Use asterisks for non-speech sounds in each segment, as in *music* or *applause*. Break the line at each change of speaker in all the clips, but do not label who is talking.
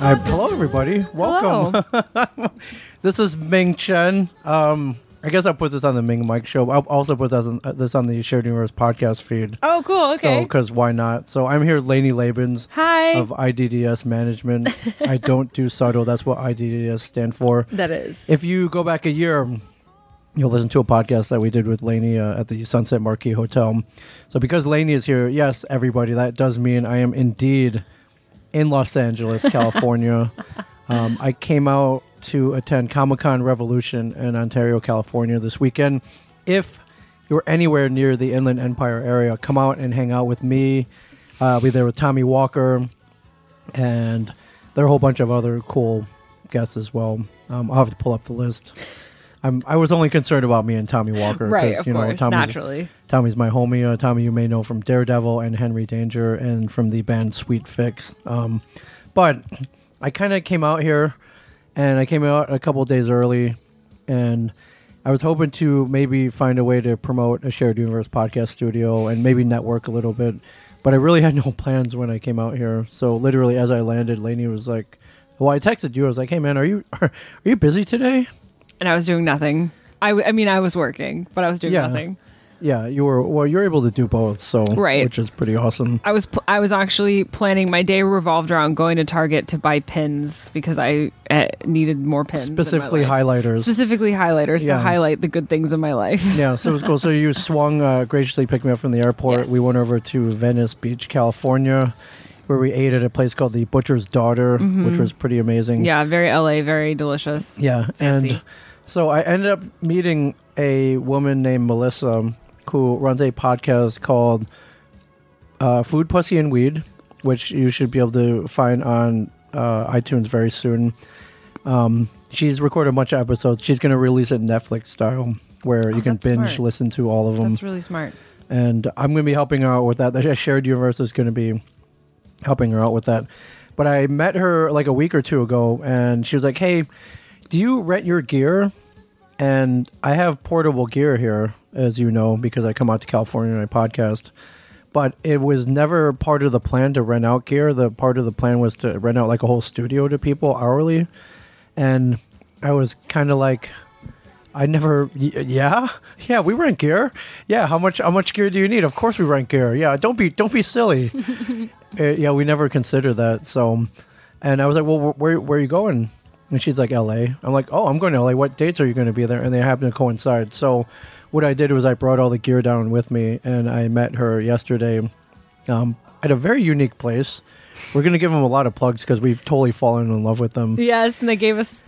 Uh, hello, everybody. Welcome.
Oh.
this is Ming Chen. Um, I guess I'll put this on the Ming Mike show. I'll also put this on, uh, this on the Shared Universe podcast feed.
Oh,
*laughs*
cool.
So,
Okay.
because why not? So, I'm here, Laney Labens
Hi.
of IDDS Management. I don't do subtle. That's what IDDS stand for.
that is.
If you go back a year, you'll listen to a podcast that we did with Laney uh, at the Sunset Marquee Hotel. So because Laney is here, yes, everybody, that does mean I am indeed in Los Angeles, California. um, I came out to attend Comic Con Revolution in Ontario, California this weekend. If you're anywhere near the Inland Empire area, come out and hang out with me. Uh, I'll be there with Tommy Walker, and there are a whole bunch of other cool guests as well. Um, I'll have to pull up the list. I'm, I was only concerned about me and Tommy Walker
Right, of
you know
course,
Tommy's,
naturally.
Tommy's my homie. Uh, Tommy, you may know from Daredevil and Henry Danger, and from the band Sweet Fix. Um, but I kind of came out here, and I came out a couple days early, and I was hoping to maybe find a way to promote a shared universe podcast studio and maybe network a little bit. But I really *laughs* had no plans when I came out here. So literally, as I landed, Laney was like, "Well, I texted you. I was like, hey man, are you *laughs* are, you busy today?'"
And I was doing nothing. I, w- I mean, I was working, but I was doing
Yeah.
nothing.
Yeah, you were. Well, you're able to do both, so
Right.
which is pretty awesome.
I was pl- I was actually planning my day revolved around going to Target to buy pins because I uh, needed more pins. in my
specifically
life.
highlighters.
Specifically highlighters
Yeah.
to highlight the good things in my life.
*laughs* yeah, so it was cool. So
*laughs*
you swung uh, graciously picked me up from the airport.
Yes.
We went over to Venice Beach, California, where we ate at a place called the Butcher's Daughter,
Mm-hmm.
which was pretty amazing.
yeah, very LA, very delicious.
Yeah, and
Fancy.
so I ended up meeting a woman named Melissa um, who runs a podcast called uh, Food, Pussy, and Weed, which you should be able to find on uh, iTunes very soon. Um, she's recorded a bunch of episodes. She's going to release it Netflix style, where you can
Oh, that's
binge
smart.
listen to all of them
That's really smart.
and I'm going to be helping her out with that. The shared universe is going to be helping her out with that. But I met her like a week or two ago, and she was like, "Hey, do you rent your gear?" And I have portable gear here, as you know, because I come out to California and I podcast. But it was never part of the plan to rent out gear. The part of the plan was to rent out like a whole studio to people hourly, and I was kind of like, I never. y- Yeah, *laughs* yeah. We rent gear. Yeah. How much? How much gear do you need? Of course we rent gear. Yeah. Don't be. Don't be silly. Uh, yeah. We never consider that. So, and I was like, well, wh- where where are you going? And she's like, L.A. I'm like, oh, I'm going to L.A. What dates are you going to be there? And they happen to coincide. So, what I did was I brought all the gear down with me, and I met her yesterday um, at a very unique place. We're going to give them a lot of plugs because we've totally fallen in love with them.
Yes, and they gave us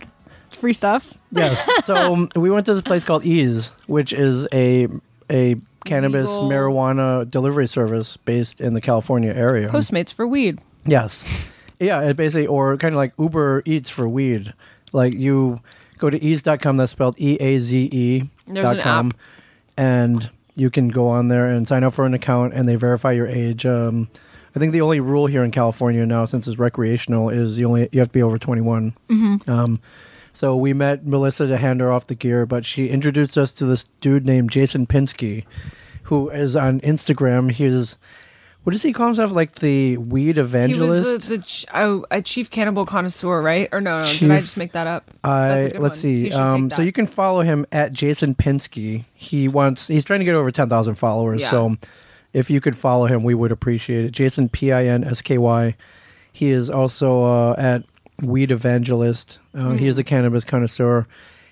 free stuff. *laughs*
Yes. So um, we went to this place called Ease, which is a a cannabis
Legal.
marijuana delivery service based in the California area.
Postmates for weed.
yes. Yeah, it basically or kind of like Uber Eats for weed. Like you go to ease.com that's spelled E A Z E
There's
dot
an
com
app.
and you can go on there and sign up for an account and they verify your age. Um, I think the only rule here in California now since it's recreational is you only you have to be over 21.
Mm-hmm.
Um, so we met Melissa to hand her off the gear, but she introduced us to this dude named Jason Pinsky, who is on Instagram. He is, what does he call himself? Like the weed
He
evangelist?
was the, the ch- oh, a chief cannibal connoisseur, right? Or no, no did I
Chief-
just make that up?
I
That's a
let's
good one. You
see.
should take
Um, so
that.
you can follow him at Jason Pinsky. He wants he's trying to get over ten thousand followers.
Yeah.
So if you could follow him, we would appreciate it. Jason P I N S K Y. He is also uh, at Weed Evangelist. Uh, He
Hmm.
is a cannabis connoisseur.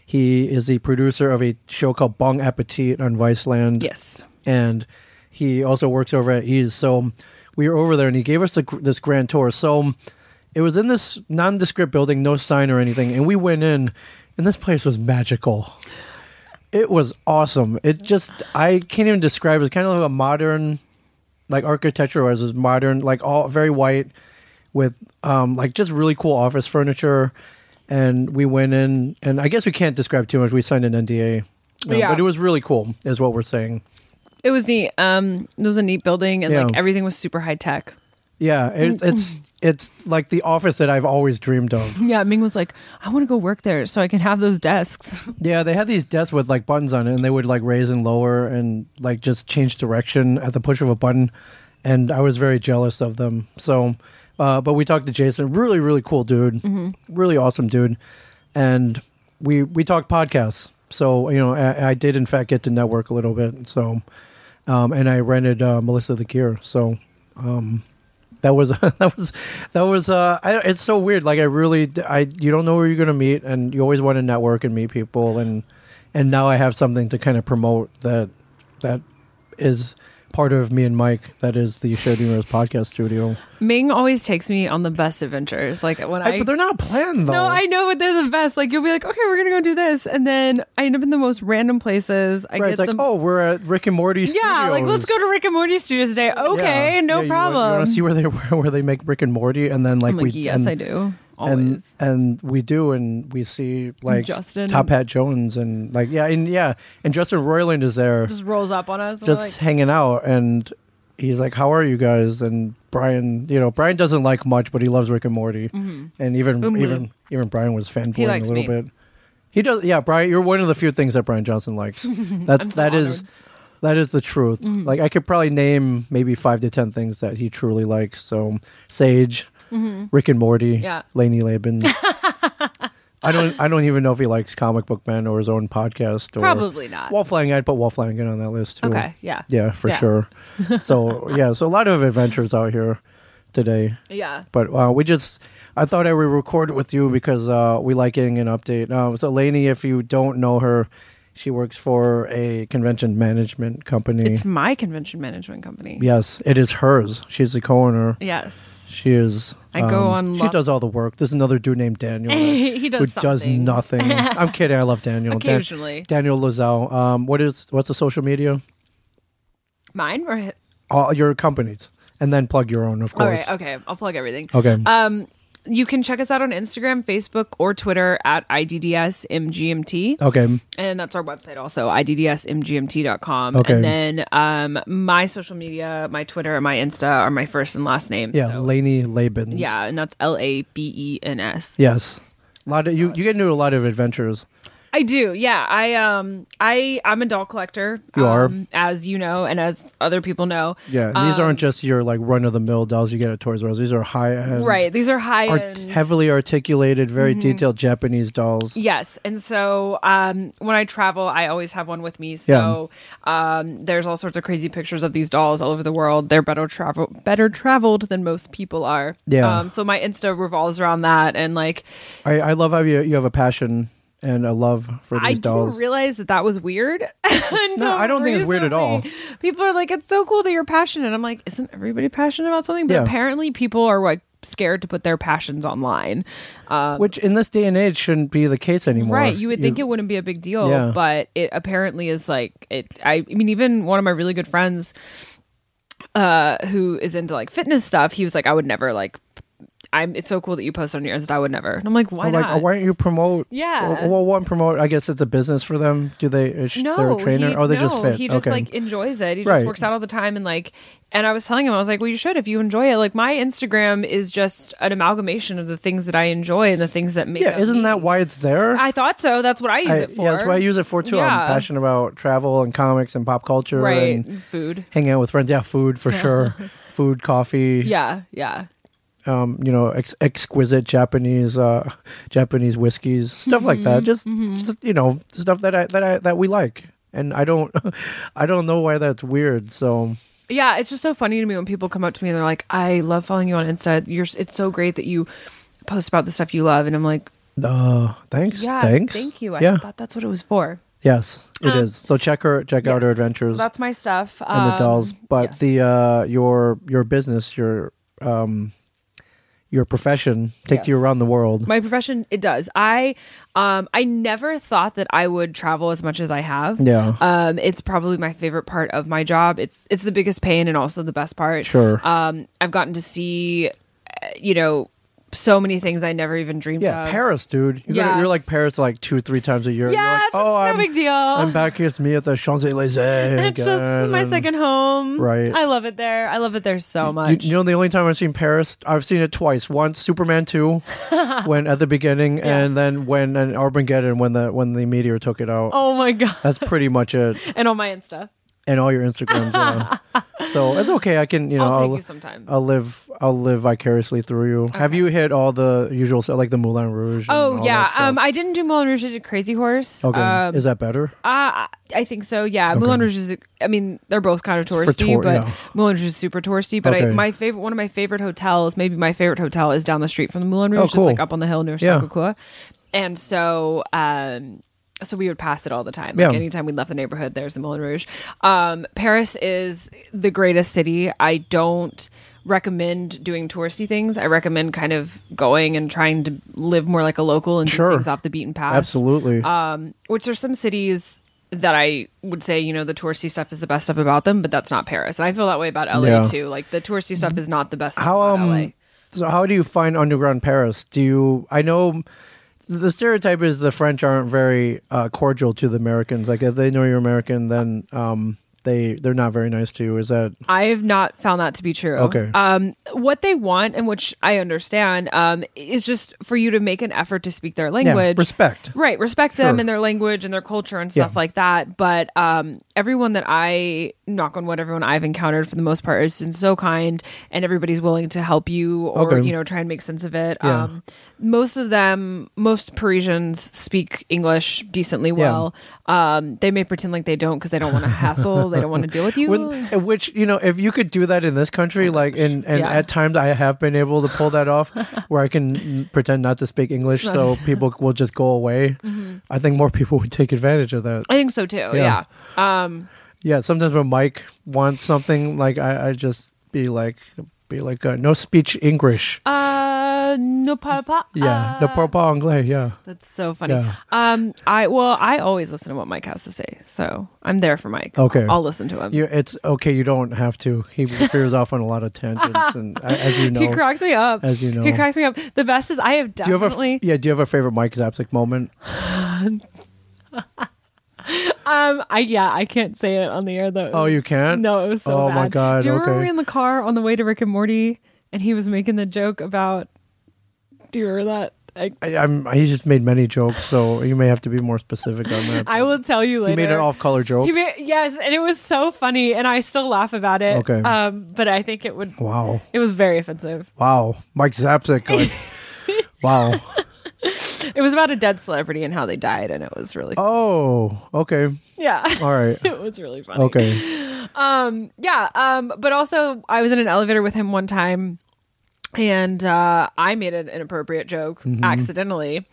He is the producer of a show called Bong Appetit on Viceland
Yes.
and he also works over at Ease. So we were over there, and he gave us the, this grand tour. So it was in this nondescript building, no sign or anything, and we went in, and this place was magical. It was awesome. It just I can't even describe. It's kind of like a modern, like architecture was is modern, like all very white, with um like just really cool office furniture. And we went in, and I guess we can't describe too much. We signed an NDA, uh,
Yeah.
but it was really cool, is what we're saying.
It was neat. Um, it was a neat building, and like
Yeah.
everything was super high tech.
Yeah, it, it's it's like the office that I've always dreamed of.
Yeah, Ming was like, "I want to go work there so I can have those desks." *laughs*
Yeah, they had these desks with like buttons on it, and they would like raise and lower and like just change direction at the push of a button. And I was very jealous of them. So Uh, but we talked to Jason, really, really cool dude, really awesome dude, and we we talked podcasts. So you know, I, I did in fact get to network a little bit. So, um, and I rented uh, Melissa the Gear. So, um, that was *laughs* that was that was. Uh, I, it's so weird. Like I really, I you don't know where you're gonna meet, and you always want to network and meet people, and and now I have something to kind of promote that that is part of me and Mike. That is the Shared Universe podcast studio.
Ming always takes me on the best adventures. Like when I,
Hey, but they're not planned though.
no, I know, but they're the best. Like you'll be like, okay, we're gonna go do this, and then I end up in the most random places. I
Right,
get
it's like,
them.
oh, we're at Rick and Morty
yeah, like let's go to Rick and Morty Studios today. Okay, no problem.
You want to see where they *laughs* where they make Rick and Morty, and then like
I'm
we
like, yes,
and,
I do.
and
Always.
and we do, and we see like
Justin.
Top Hat Jones, and like yeah, and yeah, and Justin Roiland is there, just,
just rolls up on us. and we're like,
hanging out, and he's like, "How are you guys?" And Brian, you know, Brian doesn't like much, but he loves Rick and
Mm-hmm.
Morty, and even
Mhm.
even even Brian was fanboying a
likes
little
me.
bit. He does, yeah, Brian. You're one of the few things that Brian Johnson
*laughs*
likes. That's
so
that is
honored. Mm-hmm.
that is the truth. Like I could probably name maybe five to ten things that he truly likes. So Sage, Rick and Morty,
Mm-hmm. Yeah.
Laney
*laughs*
Laban. I don't. I don't even know if he likes comic book men or his own podcast. Or
Probably not.
Wall Flanagan. I'd put Wall Flanagan on that list too.
okay, yeah,
Yeah, for
Yeah.
sure.
*laughs*
So yeah, so a lot of adventures out here today.
yeah.
But uh, we just, I thought I would record with you because uh, we like getting an update. Uh, so Lainey, if you don't know her, she works for a convention management company.
It's my convention management company.
yes, it is hers. She's the co-owner.
Yes.
She is. um,
I go on
She
lot-
does all the work. There's another dude named
*laughs*
Daniel
He does
who does
something.
nothing.
*laughs*
I'm kidding. I love Daniel. Dan-
Occasionally.
Daniel Lozelle. Um, what is what's the social media?
Mine or hi-
All your companies, and then plug your own, of
all
course.
right? Okay, I'll plug everything.
Okay.
Um, you can check us out on Instagram, Facebook, or Twitter at IDDSMGMT.
okay.
And that's our website also, IDDSMGMT.com.
Okay.
And then um, my social media, my Twitter, and my Insta are my first and last name.
Yeah,
so-
Lainey Labans.
yeah, and that's L A B E N S.
Yes. A lot of you, you get into a lot of adventures.
I do. Yeah. I um I I'm a doll collector.
You are.
um, as you know and as other people know. Um,
Yeah. These aren't just your like run of the mill dolls you get at Toys R Us. These are high end
Right. Mm-hmm. These are high
art-
end.
heavily articulated, very detailed Japanese dolls.
Yes. And so um, when I travel, I always have one with me. So um, there's all sorts of crazy pictures of these dolls all over the world. They're better travel better traveled than most people are.
Yeah.
Um, so my Insta revolves around that and like
I, I love how you you have a passion and a love for
I
these dolls.
didn't realize that that was weird. *laughs*
not- I don't think it's weird at all.
recently. People are like, it's so cool that you're passionate. I'm like, isn't everybody passionate about something? But
Yeah.
apparently, people are like scared to put their passions online. Um,
which in this day and age shouldn't be the case anymore.
Right, you would think it wouldn't be a big deal,
Yeah.
but it apparently is like it. I, I mean, even one of my really good friends, uh, who is into like fitness stuff, he was like, "I would never like, I'm. It's so cool that you post on your Insta. I would never." And I'm like, "Why
I'm like,
not?"
oh, why don't you promote?
Yeah.
Well, well, one promote. I guess it's a business for them. Do they? Is she-
no,
they're a trainer.
He,
oh, they
no,
just fit.
He just
okay.
like enjoys it. He
Right.
just works out all the time and like. And I was telling him, I was like, "Well, you should if you enjoy it." Like my Instagram is just an amalgamation of the things that I enjoy and the things that make.
yeah.
up
Isn't
me.
that why it's there?
I thought so. That's what I use
I-
it for.
yeah, that's what I use it for too.
Yeah.
I'm passionate about travel and comics and pop culture
Right,
and
food.
hanging out with friends. Yeah, food for
*laughs*
sure. Food, coffee.
Yeah, yeah.
Um, you know, ex- exquisite Japanese uh, Japanese whiskeys, stuff like
Mm-hmm.
that. Just, just you know, stuff that I that I that we like. And I don't, *laughs* I don't know why that's weird. So
Yeah, it's just so funny to me when people come up to me and they're like, "I love following you on Insta. You're it's so great that you post about the stuff you love." And I'm like,
uh, thanks,
"Yeah,
thanks,
thank you. I
yeah,
thought that's what it was for."
yes, it is. So check her, check out her
Yes.
adventures.
So that's my stuff.
and the
Um,
dolls, but
yes.
the uh, your your business, your um, your profession take you
Yes.
around the world.
my profession it does. I um I never thought that I would travel as much as I have.
yeah,
Um, it's probably my favorite part of my job. It's it's the biggest pain and also the best part.
Sure.
Um, I've gotten to see, uh, you know, so many things I never even dreamed
yeah,
of.
Paris, dude. You
yeah.
Go, you're like Paris like two, three times a year.
Yeah,
you're like, "Oh,
it's just no
I'm,
big deal.
I'm back here. It's me at the Champs Elysees.
*laughs* It's just my second home.
Right.
I love it there. I love it there so
You,
much.
you know the only time I've seen Paris, I've seen it twice. Once Superman
*laughs*
two, when at the beginning, and then when an Armageddon, when the when the meteor took it out.
oh my *laughs* god.
That's pretty much it.
And on my Insta.
and all your Instagrams.
*laughs*
yeah. So it's okay. I can you know
I'll take
I'll,
you sometime.
I'll live I'll live vicariously through you. Have you hit all the usual stuff like the Moulin Rouge? and all
oh
that
yeah,
stuff?
um, I didn't do Moulin Rouge. I did Crazy Horse.
okay.
Um,
Is that better?
Uh, I think so. Yeah, Moulin Rouge is. I mean, they're both kind of touristy,
tour-
but
yeah.
Moulin Rouge is super touristy. But
Okay.
I, my favorite, one of my favorite hotels, maybe my favorite hotel, is down the street from the Moulin Rouge.
Oh, cool.
It's like up on the hill near
Yeah.
Sakakua, and so. um so we would pass it all the time. Like
Yeah.
anytime we left the neighborhood, there's the Moulin Rouge. Um, Paris is the greatest city. I don't recommend doing touristy things. I recommend kind of going and trying to live more like a local and
Sure.
do things off the beaten path
Absolutely.
um, which are some cities that I would say, you know, the touristy stuff is the best stuff about them, but that's not Paris. And I feel that way about LA
Yeah.
too. Like the touristy stuff is not the best stuff
how
about LA.
um so how do you find underground paris do you i know the stereotype is the french aren't very uh, cordial to the americans like if they know you're american then um they they're not very nice to you is that
I have not found that to be true.
Okay.
Um, what they want, and which I understand, um, is just for you to make an effort to speak their
yeah,
language.
respect
Right, respect them
Sure.
and their language and their culture and stuff
Yeah.
like that. But um, everyone that I knock on wood, everyone I've encountered for the most part has been so kind, and everybody's willing to help you or
Okay.
you know try and make sense of it.
Yeah.
Um, most of them, most Parisians speak English decently
Yeah.
well. Um, they may pretend like they don't because they don't
*laughs*
want to hassle, they don't want to deal with you.
When- which you know if you could do that in this country like and and
Yeah.
at times i have been able to pull that
*laughs*
off where i can pretend not to speak english so people will just go away
Mm-hmm.
i think more people would take advantage of that
I think so too.
Yeah.
Yeah. Um,
Yeah, sometimes when Mike wants something, like I, I just be like, be like, uh, no speech English.
uh, no parle pas.
Yeah,
uh,
no parle anglais. Yeah,
That's so funny.
Yeah.
Um, I well, I always listen to what Mike has to say, so I'm there for Mike.
Okay.
I'll listen to him.
you, it's okay. You don't have to. He veers off on a lot of tangents, and a- as you know,
*laughs* He cracks me up.
As you
he
know.
cracks me up. The best is I have
do you have a f-
definitely.
yeah? Do you have a favorite Mike Zapsik moment?
um, I yeah, I can't say it on the air though.
Oh, you can't.
no, it was so
oh
bad.
my god.
Do you remember we were
okay.
in the car on the way to Rick and Morty, and he was making the joke about? Do you remember that? I,
I, I'm. He just made many jokes, so you may have to be more specific on that.
I will tell you later.
He made an off-color joke.
He made- yes, and it was so funny, and I still laugh about it.
Okay.
Um, but I think it would.
wow.
It was very offensive.
Wow. Mike Zapsik.
*laughs*
Like, wow.
It was about a dead celebrity and how they died, and it was really
Oh. Okay.
yeah. *laughs*
All right.
It was really funny.
Okay.
Yeah. Um. But also, I was in an elevator with him one time, and uh, I made an inappropriate joke
Mm-hmm.
accidentally.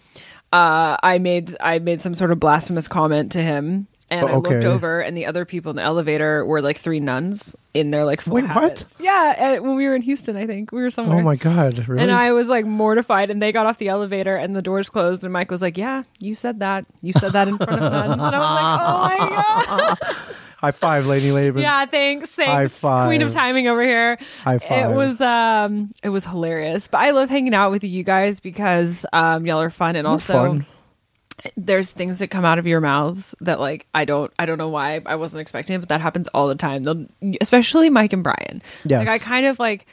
Uh, I made I made some sort of blasphemous comment to him, and
Oh,
I looked
okay.
over, and the other people in the elevator were like three nuns in their like full
Wait, what?
habits. Yeah. uh, When we were in Houston, I think we were somewhere.
Oh my god. Really.
And I was like mortified, and they got off the elevator, and the doors closed, and Mike was like, "Yeah, you said that. You said that in front of nuns." And I was like, "Oh my
*laughs*
god!"
High five, Lady Laban.
Yeah, thanks,
High
thanks,
five.
Queen of Timing over here.
High five.
It was um, it was hilarious. But I love hanging out with you guys because um, y'all are fun, and also
fun.
there's things that come out of your mouths that like I don't, I don't know why I wasn't expecting it, but that happens all the time. They'll, especially Mike and Brian.
Yes.
like I kind of like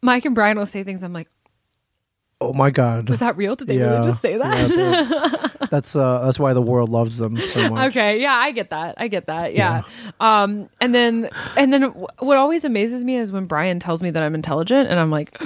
Mike and Brian will say things. I'm like,
Oh my God.
was that real? Did they really just say that?
Yeah,
*laughs*
but that's uh, that's why the world loves them so much.
Okay, yeah, *laughs* I get that. I get that. Yeah. Um and then and then w- what always amazes me is when Brian tells me that I'm intelligent and
*gasps*
I'm like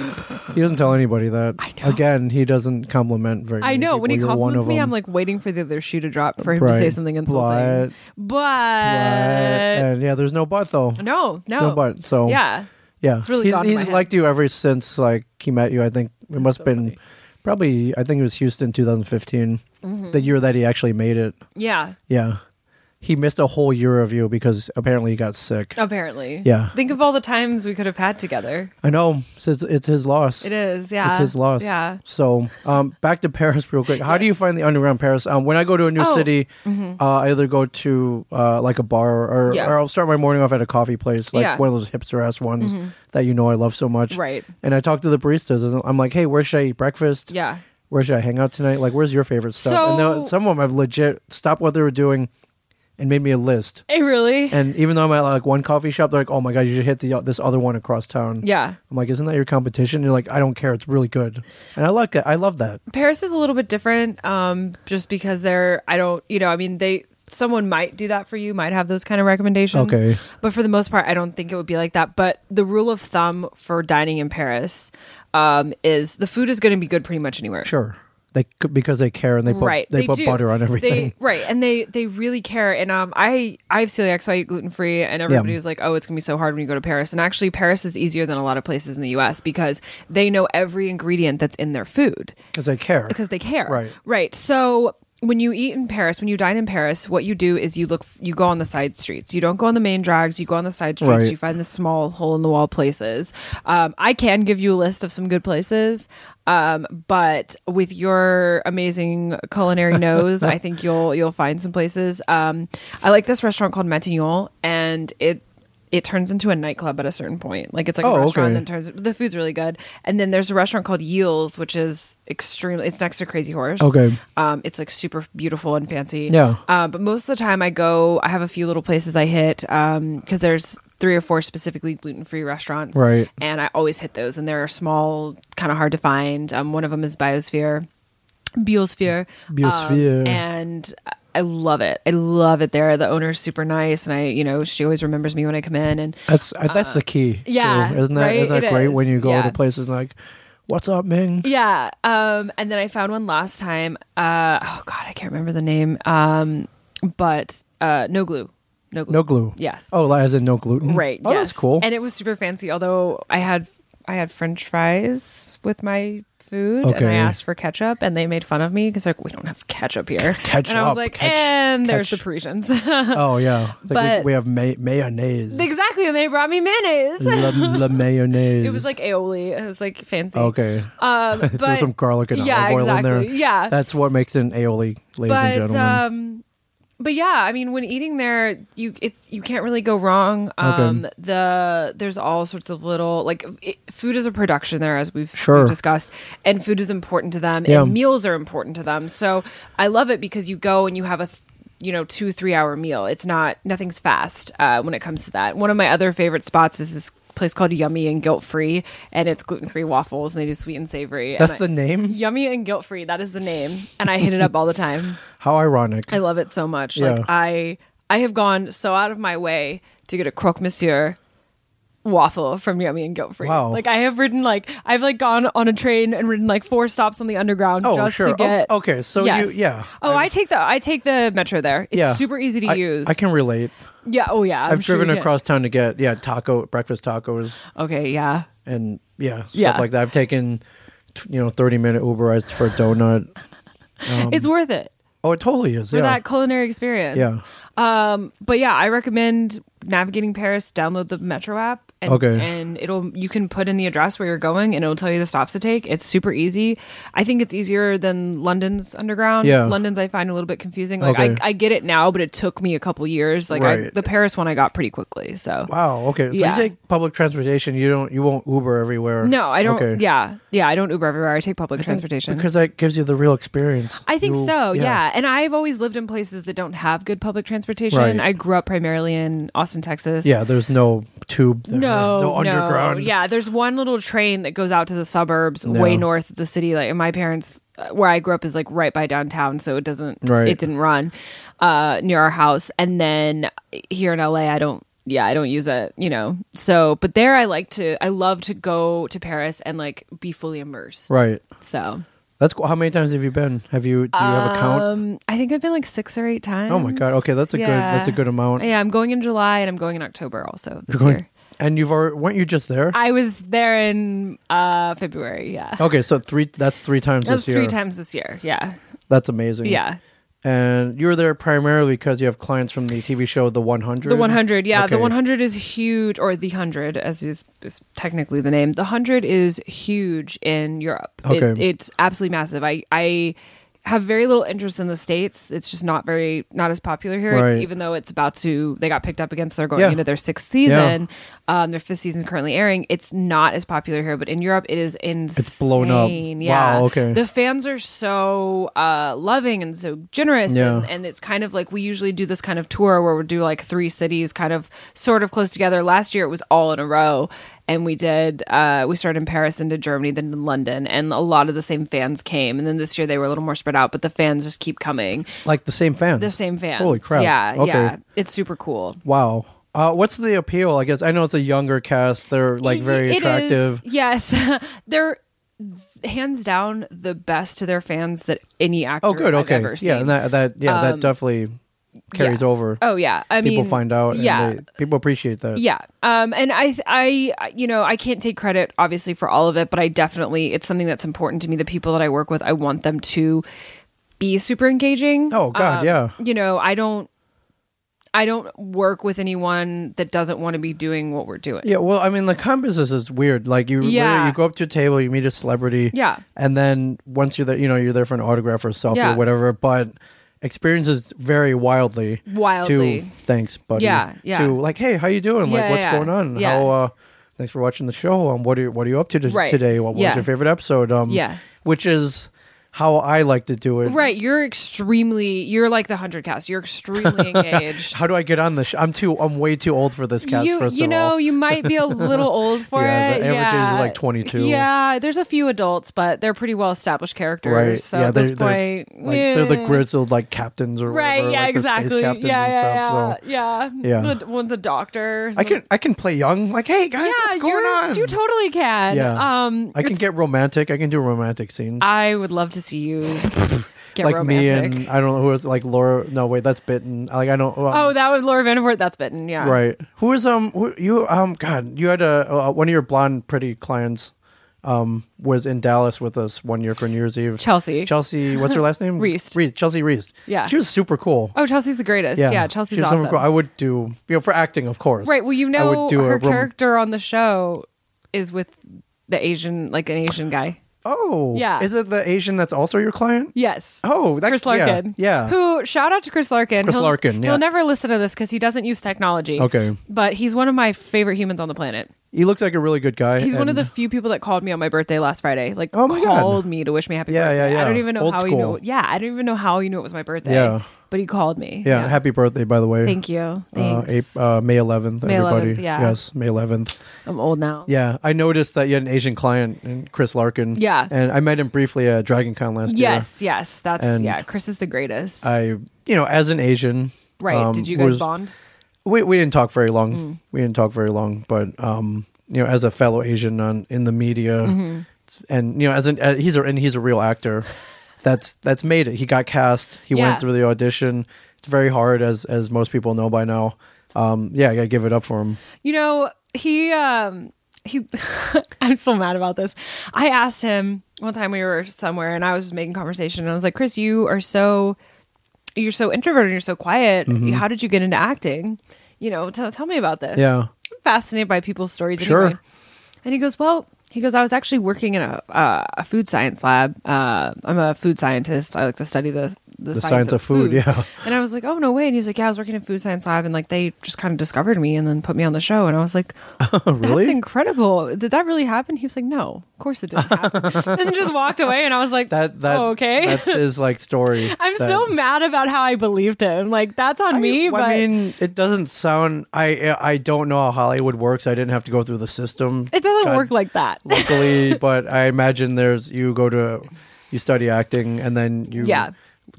He doesn't tell anybody that.
I know.
Again, he doesn't compliment very.
I
many
know
People.
when he
You're one
compliments
of
me
them.
I'm like waiting for the other shoe to drop for him to say
Right.
something insulting. But,
But- and yeah, there's no but though.
Uh, no, no.
No but. So
yeah.
yeah,
It's really
he's
gone to my
he's
head.
liked you ever since like he met you. I think it must have been probably I think it was Houston 2015,
Mm-hmm.
the year that he actually made it.
Yeah.
Yeah, he missed a whole year of you because apparently he got sick.
Apparently.
Yeah.
Think of all the times we could have had together.
I know. It's his, it's his loss.
It is. Yeah.
It's his loss.
Yeah.
So, um, back to Paris real quick. How do you find the underground Paris? Um, when I go to a new
Oh.
city, uh, I either go to uh, like a bar or,
Yeah.
or I'll start my morning off at a coffee place, like
Yeah. Mm-hmm.
one of those hipster ass ones that you know I love so much.
Right.
And I talk to the baristas. And I'm like, hey, where should I eat breakfast?
Yeah.
Where should I hang out tonight? Like, where's your favorite stuff? and
So-
they'll- some of them have legit stopped what they were doing and made me a list.
Hey, really?
And even though I'm at like one coffee shop, they're like, "Oh my god, you should hit the this other one across town."
yeah.
I'm like, isn't that your competition? You're like, I don't care. It's really good. And I like that. I love that.
Paris is a little bit different, um, just because they're I don't you know I mean they someone might do that for you, might have those kind of recommendations.
Okay.
But for the most part, I don't think it would be like that. But the rule of thumb for dining in Paris um, is the food is going to be good pretty much anywhere.
Sure. They could- because they care and they put
right
they, put
do.
butter on
They-
everything. *laughs*
*laughs* right and they they really care and um i i have celiac so i eat gluten-free and everybody was like oh it's gonna be so hard when you go to paris and actually paris is easier than a lot of places in the us because they know every ingredient that's in their food
Because they care.
because they care.
Right.
Right. So when you eat in Paris, when you dine in Paris, what you do is you look, you go on the side streets. You don't go on the main drags. You go on the side streets.
Right.
You find the small hole in the wall places. Um, I can give you a list of some good places, um, but with your amazing
*laughs*
culinary nose, I think you'll you'll find some places. Um, I like this restaurant called Matignon, and it. It turns into a nightclub at a certain point. Like it's like
Oh,
a restaurant
okay.
that turns the food's really good. And then there's a restaurant called Yields, which is extremely it's next to Crazy Horse.
Okay.
Um, it's like super beautiful and fancy.
Yeah.
Uh, but most of the time I go, I have a few little places I hit because there's three or four specifically gluten free restaurants.
Right.
And I always hit those, and they're small, kind of hard to find. Um, one of them is Biosphere, Biosphere, um,
Biosphere.
and. I love it. I love it there. The owner's super nice, and I, you know, she always remembers me when I come in. And
That's I- that's the key.
uh, yeah,
too. Isn't that
right?
not that
It
great
is.
when you go
Yeah.
to places like, What's up, Ming?
Yeah. Um, and then I found one last time. Uh, oh God, I can't remember the name. Um, but uh, no glue. No glue.
No glue.
Yes.
Oh, as in no gluten.
Right.
Oh,
yes.
that's cool.
And it was super fancy. Although I had I had French fries with my food, and I
Okay.
asked for ketchup, and they made fun of me because like we don't have ketchup here.
Ketchup,
And I was like,
ketch-
and there's the
ketch."
Parisians. *laughs*
oh yeah. It's like we-
But-
we, have may- mayonnaise.
exactly. And they brought me
*laughs*
mayonnaise.
La, la mayonnaise.
It was like aioli. It was like fancy.
okay. *laughs*
Um, but,
Throw some garlic and
yeah,
olive oil in there.
exactly. Yeah.
That's what makes an aioli, ladies and
but
gentlemen.
um but yeah i mean when eating there you it's you can't really go wrong um the there's all sorts of little like it, food is a production there as we've,
Sure.
we've discussed and food is important to them
Yeah.
and meals are important to them so i love it because you go and you have a th- you know two three hour meal it's not nothing's fast uh, when it comes to that one of my other favorite spots is this place called yummy and guilt free and it's gluten-free waffles and they do sweet and savory
that's
and I-
the name?
yummy and guilt-free that is the name and i hit it up all the time
How ironic.
I love it so much.
Yeah.
Like I I have gone so out of my way to get a croque monsieur waffle from Yummy and Guilt Free.
Wow.
Like I have ridden like I've like gone on a train and ridden like four stops on the underground
Oh,
just
sure.
to
Oh,
get
okay, so you- yeah.
Oh,
I-
I, take the I take the metro there. It's
yeah.
super easy to
I-
use.
I can relate.
Yeah, oh yeah. I'm
I've
sure you
driven
can.
across town to get yeah taco breakfast tacos
Okay, yeah.
and yeah stuff
Yeah.
like that. I've taken t- you know thirty minute Uber rides for a donut.
it's worth it.
Oh, it totally is.
for
Um, yeah,
that culinary experience.
Yeah.
Um, but yeah, I recommend navigating Paris. Download the Metro app, and,
Okay.
and it'll you can put in the address where you're going, and it'll tell you the stops to take. It's super easy. I think it's easier than London's underground.
Yeah.
London's I find a little bit confusing. Like
Okay.
I, I get it now, but it took me a couple years. Like I,
Right.
the Paris one, I got pretty quickly. So
Wow. Okay. So
Yeah.
you take public transportation. You don't. You won't Uber everywhere.
no, I don't.
Okay.
Yeah, yeah, I don't Uber everywhere. I take public
I think
transportation.
because that gives you the real experience.
I think
You-
so, yeah. And I've always lived in places that don't have good public transportation.
Right.
I grew up primarily in Austin, Texas.
Yeah. There's no tube. There,
No,
No underground.
Yeah, there's one little train that goes out to the suburbs,
No.
way north of the city. Like my parents, uh, where I grew up, is like right by downtown, so it doesn't.
Right.
It didn't run uh, near our house, and then here in LA, I don't. Yeah, I don't use it. You know, so but there, I like to. I love to go to Paris and like be fully immersed.
Right.
So
That's cool. How many times have you been? Have you? Do you have a count?
um, I think I've been like six or eight times.
Oh my god. Okay. That's a good. That's a
Yeah.
good amount.
Yeah, I'm going in July and I'm going in October also this
You're going-
year.
And you've already. Weren't you just there?
I was there in uh, February. Yeah,
okay. So three. That's three times
that's
this year. Mm.
three times this year. Yeah,
That's amazing.
yeah.
And you were there primarily because you have clients from the TV show The 100.
The 100, yeah,
Okay.
the 100 is huge, or the 100, as is, is technically the name. The 100 is huge in Europe. It-
Okay.
it's absolutely massive. I, I have very little interest in the states. It's just not very, not as popular here.
Right.
Even though it's about to, they got picked up against. They're going
Yeah.
into their sixth season. Um, their fifth season is currently airing. It's not as popular here, but in Europe, it is insane.
blown up.
Yeah.
Wow, okay.
The fans are so uh, loving and so generous
Yeah.
and, and it's kind of like we usually do this kind of tour where we do like three cities kind of sort of close together last year it was all in a row and we did uh, we started in Paris, then to Germany, then to London, and a lot of the same fans came. And then this year they were a little more spread out, but the fans just keep coming.
Like the same fans.
The same fans.
Holy crap.
Yeah,
Okay.
yeah. It's super cool.
Wow. Uh, what's the appeal? I guess I know it's a younger cast. They're like very
It is-
attractive.
yes, *laughs* they're hands down the best to their fans that any actor
Oh, good.
I've
Okay.
ever seen. Um,
Yeah, and that that yeah that definitely carries
yeah.
over.
oh yeah, I mean
people find out.
Yeah,
and they, people appreciate that.
yeah. Um, and I, th- I, you know, I can't take credit obviously for all of it, but I definitely it's something that's important to me. The people that I work with, I want them to be super engaging. Um,
Oh, God, yeah.
You know, I don't. I don't work with anyone that doesn't want to be doing what we're doing.
Yeah, well, I mean, the con business is weird. Like you,
Yeah.
you go up to a table, you meet a celebrity,
Yeah.
and then once you're there, you know, you're there for an autograph or a selfie
Yeah.
or whatever. But experiences vary wildly.
Wildly.
To, thanks, buddy.
Yeah, yeah.
To like, hey, how you doing?
Yeah,
like, what's
yeah,
going on?
yeah.
How? uh Thanks for watching the show. Um, what are you, what are you up to t-
Right.
today? What was
Yeah.
your favorite episode? Um,
Yeah.
which is how I like to do it.
Right, you're extremely. You're like the hundred cast.
*laughs*
You're extremely engaged.
How do I get on this? Sh- I'm too. I'm way too old for this cast.
you
first
you
of
know
all,
you
*laughs*
might be a little old for
Yeah,
it.
the average age
yeah.
is like 22.
Yeah, there's a few adults, but they're pretty well established characters.
right?
So
yeah,
at
they're,
this
they're,
point,
like they're the
yeah.
grizzled like captains or
Right.
whatever,
yeah.
like the
exactly.
space
Yeah.
captains
Yeah.
and stuff.
Yeah.
So
yeah.
Yeah.
The- one's a doctor.
I can I can play young. Like, hey guys,
Yeah.
what's going
you're,
on?
You totally can.
yeah,
Um.
I can get romantic. I can do romantic scenes.
I would love to see
*laughs*
you get
like
romantic.
me and I don't know who was like Laura. No, wait, that's bitten. Like I don't. Well,
oh, that was Laura Vandervoort. That's bitten. Yeah.
right. Who was um who, you um God? You had a uh, one of your blonde pretty clients. Um, was in Dallas with us one year for New Year's Eve.
Chelsea.
Chelsea, what's her last name?
*laughs* Reist.
Reese. Chelsea Reese.
Yeah.
She was super cool.
Oh, Chelsea's the greatest. Yeah. Chelsea's
She's
awesome.
someone cool. I would do, you know, for acting, of course.
Right. Well, you
I
know,
would do
her
a rom-
character on the show is with the Asian, like an Asian guy.
Oh,
Yeah.
Is it the Asian that's also your client?
Yes.
Oh, that
Chris
yeah,
Larkin.
Yeah.
Who, shout out to Chris Larkin.
Chris
he'll,
Larkin, yeah.
He'll never listen to this because he doesn't use technology.
Okay.
But he's one of my favorite humans on the planet.
He looks like a really good guy.
He's one
and-
of the few people that called me on my birthday last Friday. Like,
Oh my God.
called me to wish me happy
Yeah, yeah,
birthday. I
yeah.
don't even know
Old
how he
school.
knew. Yeah, I don't even know how he knew it was my birthday.
Yeah.
But he called me.
Yeah, Happy birthday, by the way.
Thank you.
Uh,
Thanks.
April, uh, May 11th,
May 11th,
everybody.
yeah.
Yes, May 11th.
I'm old now.
Yeah, I noticed that you had an Asian client, and Chris Larkin.
Yeah.
And I met him briefly at Dragon Con last year.
Yes, yes. That's,
And-
yeah. Chris is the greatest.
I, you know, as an Asian.
right.
um,
Did you guys
was-
bond?
we we didn't talk very long.
Mm.
We didn't talk very long, but um, you know, as a fellow Asian on in the media,
Mm-hmm.
it's- and you know, as an uh, he's a and he's a real
*laughs*
actor. That's that's made it. He got cast. He
Yeah.
went through the audition. It's very hard, as as most people know by now. Um, yeah, I gotta give it up for him.
You know, he um he *laughs* I'm still mad about this. I asked him one time we were somewhere and I was just making conversation and I was like, "Chris, you are so you're so introverted, you're so quiet.
Mm-hmm.
How did you get into acting? You know, tell tell me about this."
Yeah.
I'm fascinated by people's stories
Sure.
anyway. And he goes, "Well, he goes, I was actually working in a uh, a food science lab. Uh, I'm a food scientist. I like to study the the,
The science of food, yeah.
and I was like, oh, no way. And he's like, yeah, I was working in food science lab and like they just kind of discovered me and then put me on the show. And I was like,
Oh, really?
that's incredible. Did that really happen? He was like, no, of course it
*laughs*
didn't happen. and then just walked away. And I was like,
That that
oh, okay.
That's his like story.
*laughs* I'm
that-
so mad about how I believed him. Like, that's on me.
Well,
but
I mean, it doesn't sound. I I don't know how Hollywood works. I didn't have to go through the system.
it doesn't
God
work like that.
luckily but i imagine there's you go to you study acting and then you
Yeah.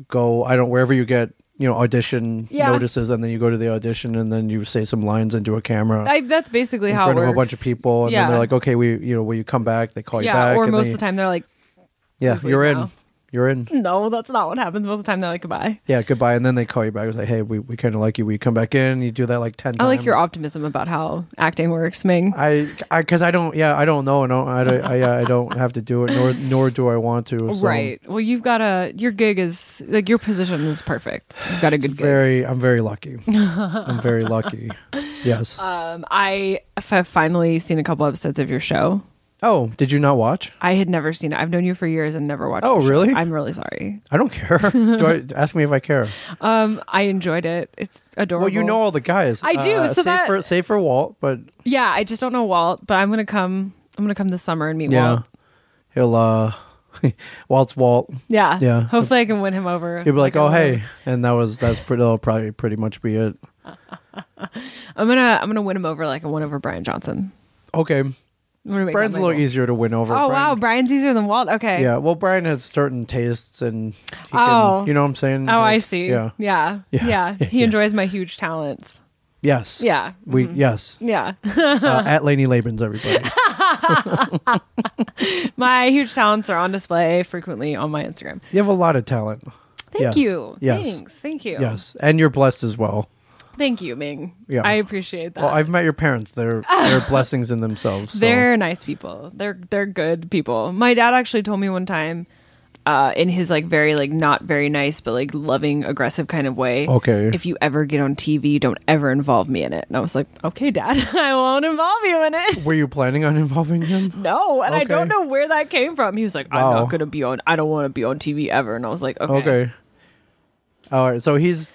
go i don't wherever you get you know audition
Yeah.
notices and then you go to the audition and then you say some lines into a camera
*laughs* I, that's basically
in
how
front
it
of
works.
a bunch of people and
yeah.
then they're like okay we you know will you come back they call you
yeah.
back
Or
and
most
they-
of the time they're like,
yeah
he's like, "Oh."
you're
"No."
in you're in
no, that's not what happens. Most of the time they're like, goodbye.
yeah goodbye and then they call you back it's like hey we, we kind of like you we come back in you do that like 10
I
times
like your optimism about how acting works, Ming.
I, I, because I don't, yeah, I don't know, and I, don't- I, don't- I, uh, I don't have to do it, nor, nor do I want to. So.
Right. Well, you've got a your gig is like your position is perfect. You've got a good
It's
gig.
very i'm very lucky i'm very
*laughs*
lucky yes
um, I have finally seen a couple episodes of your show.
oh did you not watch
I had never seen it. I've known you for years and never watched.
Oh,
your show.
really?
I'm really sorry.
i don't
*laughs*
care do i ask me if i care
Um, I enjoyed it. It's adorable.
well you know all the guys
I do, so
save
that-
for save for walt but
yeah. I just don't know Walt, but I'm gonna come. I'm gonna come this summer and meet
yeah
Walt.
he'll uh *laughs* walt's walt
Yeah.
Yeah.
Hopefully, I can win him over.
he'll be like
I
oh
will.
hey and that was that's pretty that'll probably pretty much be it
I'm gonna I'm gonna win him over like I won over Brian Johnson.
okay.
I'm gonna make that
Brian's a
Oh my
little
goal.
easier to win over.
Oh
Brian-
wow, Brian's easier than Walt. Okay.
Yeah, well, Brian has certain tastes, and he
Oh.
can, you know what I'm saying.
Oh, I
Like,
see.
Yeah.
Yeah. Yeah.
Yeah. *laughs*
He
Yeah.
enjoys my huge talents.
Yes.
Yeah. Mm-hmm.
We yes.
*laughs* Yeah.
uh, at Laney Labens, everybody.
my huge talents are on display frequently on my Instagram.
You have a lot of talent.
Thank
Yes.
you.
Yes.
Thanks. Thank you.
Yes, and you're blessed as well.
Thank you, Ming.
Yeah.
I appreciate that.
Well, I've met your parents. They're
*laughs*
they're blessings in themselves. so-
They're nice people. They're they're good people. My dad actually told me one time, uh, in his like very like not very nice but like loving aggressive kind of way.
Okay.
If you ever get on TV, don't ever involve me in it. And I was like, okay, Dad, *laughs* I won't involve you in it.
Were you planning on involving
*laughs*
him?
No, and I
Okay.
don't know where that came from. He was like, I'm
Wow.
not gonna be on. I don't want to be on TV ever. And I was like, okay,
Okay. All right. So he's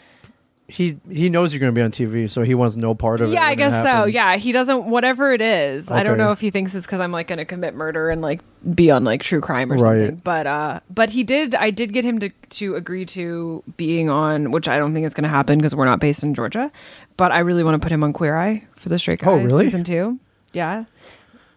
he he knows you're going to be on TV, so he wants no part of it.
yeah, I
when it
guess so.
happens.
Yeah, he doesn't. Whatever it is, I don't
Okay.
know if he thinks it's because I'm like gonna commit murder and like be on like true crime or
Right.
something. But uh, but he did. I did get him to to agree to being on, which I don't think it's gonna happen because we're not based in Georgia. But I really want to put him on Queer Eye for the Straight Guy
Oh, really?
season two. Yeah.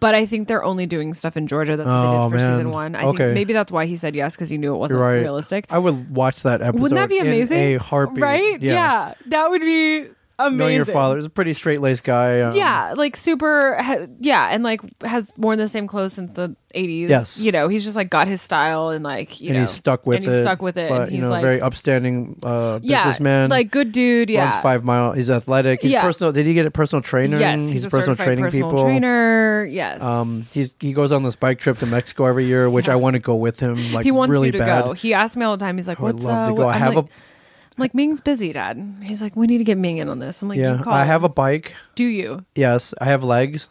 But I think they're only doing stuff in Georgia. That's what they
Oh,
did for
man.
season one. I
Okay.
think maybe that's why he said yes because he knew it wasn't
You're right.
realistic.
I would watch that episode.
Wouldn't that be
in
amazing?
a heartbeat.
right? Yeah. that would be amazing.
Knowing your father is a pretty straight laced guy. um,
Yeah, like super. ha- Yeah, and like has worn the same clothes since the eighties.
Yes.
you know he's just like got his style and like you
And
know
he's stuck with
and
it.
He's stuck with it.
But
and
you
he's
know,
like,
very upstanding uh,
yeah,
businessman.
like good dude. Yeah,
runs five mile. He's athletic. He's
Yeah.
personal. Did he get a personal trainer?
Yes, he's, a
personal
certified
training
personal
people.
trainer. Yes,
Um, he's he goes on this bike trip to Mexico every year, which I want to go with him. Like
he wants
really
you to
bad.
go. He asks me all the time. He's like,
I would
"What's
love
uh,
to
what-
go. I
I'm
have
like,
a
I'm like Ming's busy, Dad. He's like, we need to get Ming in on this. I'm like,
yeah.
you call
I have
him.
a bike.
Do you?
Yes, I have legs.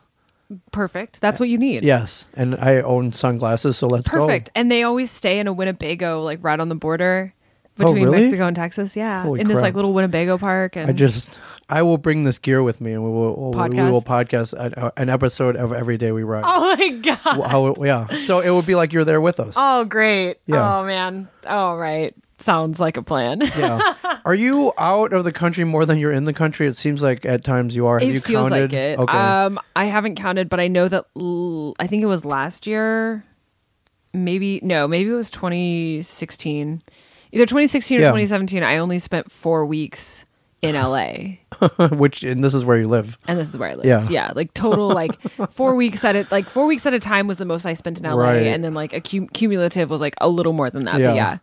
Perfect. That's what you need.
Yes, and I own sunglasses. So let's go.
Perfect. And they always stay in a Winnebago, like right on the border
Oh,
between
really?
Mexico and Texas. Yeah.
Holy
in this
crap.
like little Winnebago park. And
I just I will bring this gear with me, and we will we
Podcast?
will podcast an, an episode of every day we ride.
*laughs* Oh my God.
How- yeah, so it would be like you're there with us.
Oh great.
Yeah.
Oh man. All right. Sounds like a plan. *laughs*
yeah. Are you out of the country more than you're in the country? It seems like at times you are. Have
it
you
feels
counted?
like it.
Okay.
Um I haven't counted, but I know that l- I think it was last year. Maybe no, maybe it was 2016. Either 2016 or
Yeah.
2017, I only spent 4 weeks in LA.
*laughs* Which and this is where you live.
and this is where I live.
Yeah.
like total like
*laughs*
four weeks at it, like four weeks at a time was the most I spent in LA,
Right.
and then like a cum- cumulative was like a little more than that.
Yeah.
But yeah,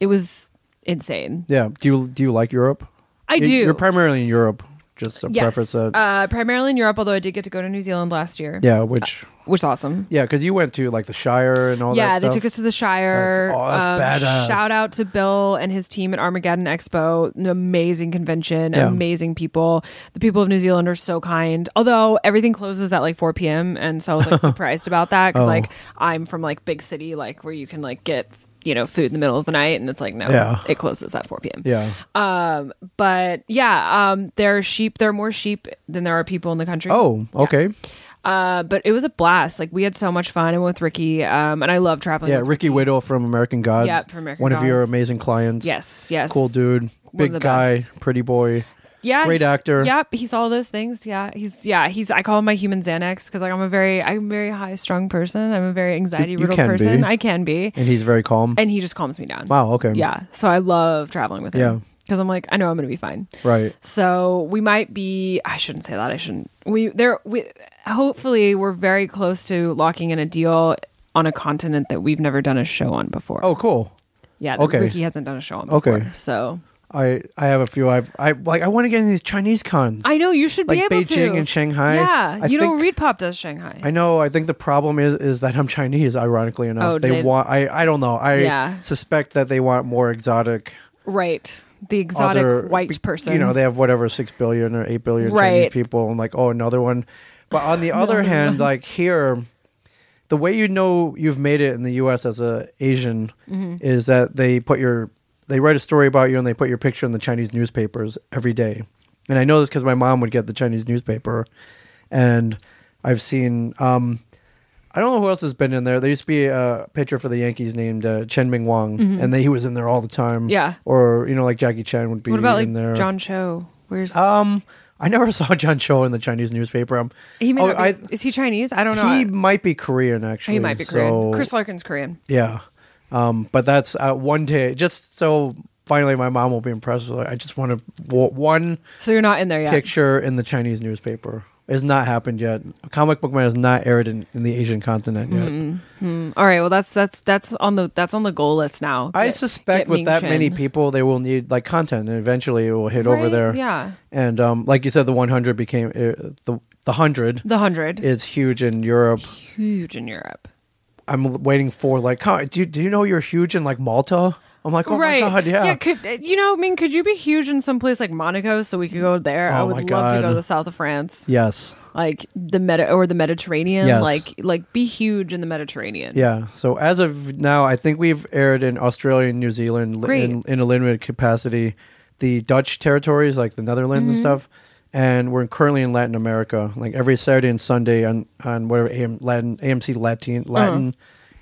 it was insane.
Yeah. Do you do you like Europe?
I
You-
do.
You're primarily in Europe. Just to
Yes,
preference that.
uh, primarily in Europe. Although I did get to go to New Zealand last year,
yeah, which
which is awesome.
yeah, because you went to like the Shire and all
yeah,
that.
they
stuff.
took us to the Shire. Um,
That's- oh, that's badass.
Shout out to Bill and his team at Armageddon Expo. An amazing convention,
Yeah.
amazing people. The people of New Zealand are so kind. Although everything closes at like 4 p.m. And so I
*laughs*
was like surprised about that because
Oh.
like I'm from like big city, like where you can like get, you know, food in the middle of the night. And it's like, no,
Yeah.
it closes at 4 p.m.
Yeah.
Um, but yeah, um, there are sheep. There are more sheep than there are people in the country.
Oh, okay.
Uh, but it was a blast. Like we had so much fun and with Ricky. Um, and I love traveling.
Yeah,
with
Ricky Widow from American Gods.
Yeah, from American
One of your
Gods.
amazing clients.
Yes, yes.
Cool dude.
of the
Big guy,
best.
pretty boy.
Yeah,
Great
he-
actor.
Yep, he's all those things. Yeah, he's yeah he's. I call him my human Xanax because like I'm a very I'm a very high strung person. I'm a very anxiety riddled
can
person.
be.
I can be,
And he's very calm.
and he just calms me down.
wow, okay.
Yeah, so I love traveling with him.
Yeah.
because I'm like I know I'm gonna be fine.
Right.
So we might be. I shouldn't say that. I shouldn't. We there. We hopefully we're very close to locking in a deal on a continent that we've never done a show on before.
Oh, cool.
yeah. that
okay.
Ricky hasn't done a show on
Okay.
before. So
I I have a few. I've I like I want to get in these Chinese cons.
I know you should be
Like
able to.
Beijing and Shanghai.
Yeah,
I
you know
think-
Reed Pop does Shanghai.
I know. I think the problem is is that I'm Chinese. Ironically enough,
Oh,
they
did-
want. I I don't know. I
Yeah.
suspect that they want more exotic,
right, the exotic
other
white
be-
person.
You know, they have whatever six billion or eight billion Chinese
Right.
people, and like oh another one. But on
*laughs*
the other hand, like here, the way you know you've made it in the U.S. as a Asian
Mm-hmm.
is that they put your they write a story about you and they put your picture in the Chinese newspapers every day. And I know this because my mom would get the Chinese newspaper, and I've seen. Um, I don't know who else has been in there. There used to be a pitcher for the Yankees named uh, Chen Ming Wang, and they, he was in there all the time.
Mm-hmm. Yeah.
Or you know, like Jackie Chan would be
what about like
in there.
John Cho? Where's
Um, I never *laughs* saw John Cho in the Chinese newspaper. I'm,
He may
oh,
not be, is he Chinese? I don't know.
I, he
I-
might be Korean actually.
he might be
so-
Korean. Chris Larkin's Korean.
Yeah. Um, but that's uh, one day, just so finally my mom will be impressed. With it. I just want to, w- one
So you're not in there yet.
picture in the Chinese newspaper. It's not happened yet. Comic Book Man has not aired in, in the Asian continent yet.
Mm-hmm. All right. Well, that's that's that's on the that's on the goal list now.
I
Get-
suspect
get
with
Ming
that
Chen.
many people, they will need like content, and eventually it will hit over
Right?
there.
Yeah.
And um, like you said, the 100 became uh, the the 100
The hundred
is huge in Europe.
huge in Europe.
I'm waiting for like, "Huh, do you, do you know you're huge in like Malta? I'm like, oh
right.
my god, yeah.
Could you know? I mean, could you be huge in some place like Monaco so we could go there? I
Oh
would
my
love to go
God.
to the south of France,
yes.
like the Medi or the Mediterranean.
Yes.
Like like be huge in the Mediterranean.
Yeah. So as of now, I think we've aired in Australia and New Zealand li- in,
Great.
in a limited capacity, the Dutch territories like the Netherlands and
Mm-hmm.
stuff, and we're currently in Latin America. Like every Saturday and Sunday on on whatever AM, Latin AMC Latin Latin,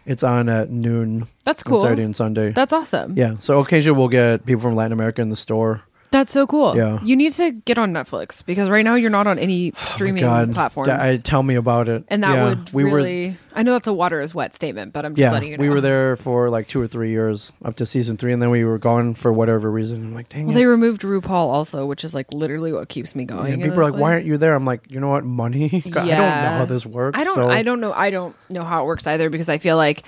it's on at noon.
Uh-huh. That's
on
cool.
Saturday and Sunday.
That's awesome.
yeah. So occasionally we'll get people from Latin America in the store. Oh
That's so cool.
Yeah. Oh
You need to get on Netflix because right now you're not on any streaming
God,
platforms.
that- I, tell me about it.
and that
Yeah,
would
we were
really I know that's a water is wet statement, but I'm just
Yeah,
letting you know.
we were there for like two or three years up to season three, and then we were gone for whatever reason. I'm like, dang
Well,
it.
they removed RuPaul also, which is like literally what keeps me going.
Yeah,
And
people are
it's
like, why aren't you there? I'm like, you know what, money. *laughs* I don't know
Yeah.
how this works.
I don't.
so-
I don't know. I don't know how it works either because I feel like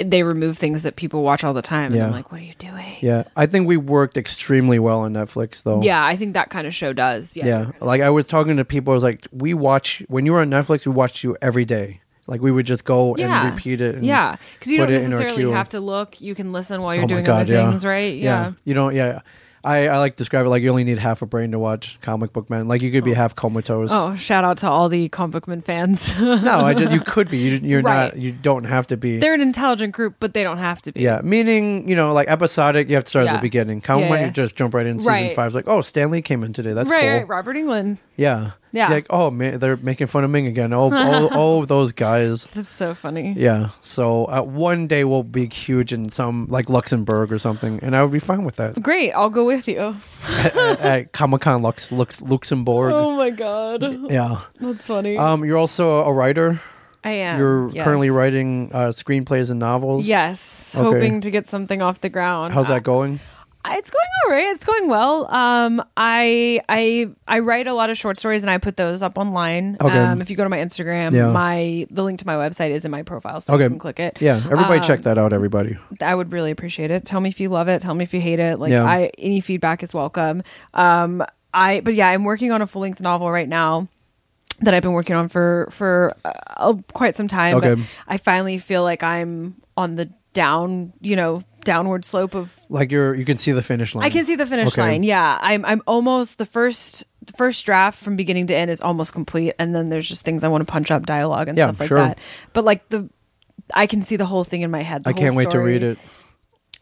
they remove things that people watch all the time, and I'm
Yeah.
like, what are you doing?
Yeah, I think we worked extremely well on Netflix, though.
Yeah, I think that kind of show does. Yeah.
yeah. Like I was talking to people, I was like, we watch when you were on Netflix, we watched you every day. Like we would just go and repeat it. And
yeah, because you
put
don't
it in our
necessarily
queue.
have to look. You can listen while you're
Oh my
doing
God,
other
yeah.
things, right? Yeah.
You don't. Yeah. I, I like to describe it like you only need half a brain to watch comic book man. Like you could be half comatose.
Oh, shout out to all the comic book man fans. *laughs*
No, I just, you could be. You, you're
Right.
not. You don't have to be.
They're an intelligent group, but they don't have to be.
Yeah, meaning you know, like episodic, you have to start at
Yeah.
the beginning. Come
Yeah,
when
yeah.
you just jump right in season
Right.
five. It's like, oh, Stanley came in today. That's
right,
cool.
right. Robert England.
Yeah,
Yeah.
Like, oh, man, they're making fun of Ming again. Oh, all, all those guys.
That's so funny.
Yeah. So uh, one day we'll be huge in some like Luxembourg or something, and I would be fine with
*laughs*
that.
Great, I'll go with you.
at Comic Con Lux, Lux Luxembourg.
Oh my god,
Yeah.
that's funny.
Um, you're also a writer.
I am.
you're
yes.
currently writing uh, screenplays and novels.
Yes,
Okay.
hoping to get something off the ground.
How's that going?
Uh, It's going all right. It's going well. Um, I I I write a lot of short stories and I put those up online.
Okay.
Um, if you go to my Instagram,
Yeah.
my the link to my website is in my profile, so
Okay.
you can click it. Um,
Yeah. Everybody, check that out. Everybody.
I would really appreciate it. Tell me if you love it. Tell me if you hate it. Like
Yeah.
I, any feedback is welcome. Um, I, but yeah, I'm working on a full length novel right now that I've been working on for for uh, quite some time.
Okay.
But I finally feel like I'm on the down, you know, downward slope of
Like you're, you can see the finish line.
I can see the finish
Okay.
line. Yeah, I'm I'm almost the first the first draft from beginning to end is almost complete, and then there's just things I want to punch up dialogue and
Yeah,
stuff like
sure.
that. But like the, I can see the whole thing in my head. the
I
whole
can't wait to
story.
read it.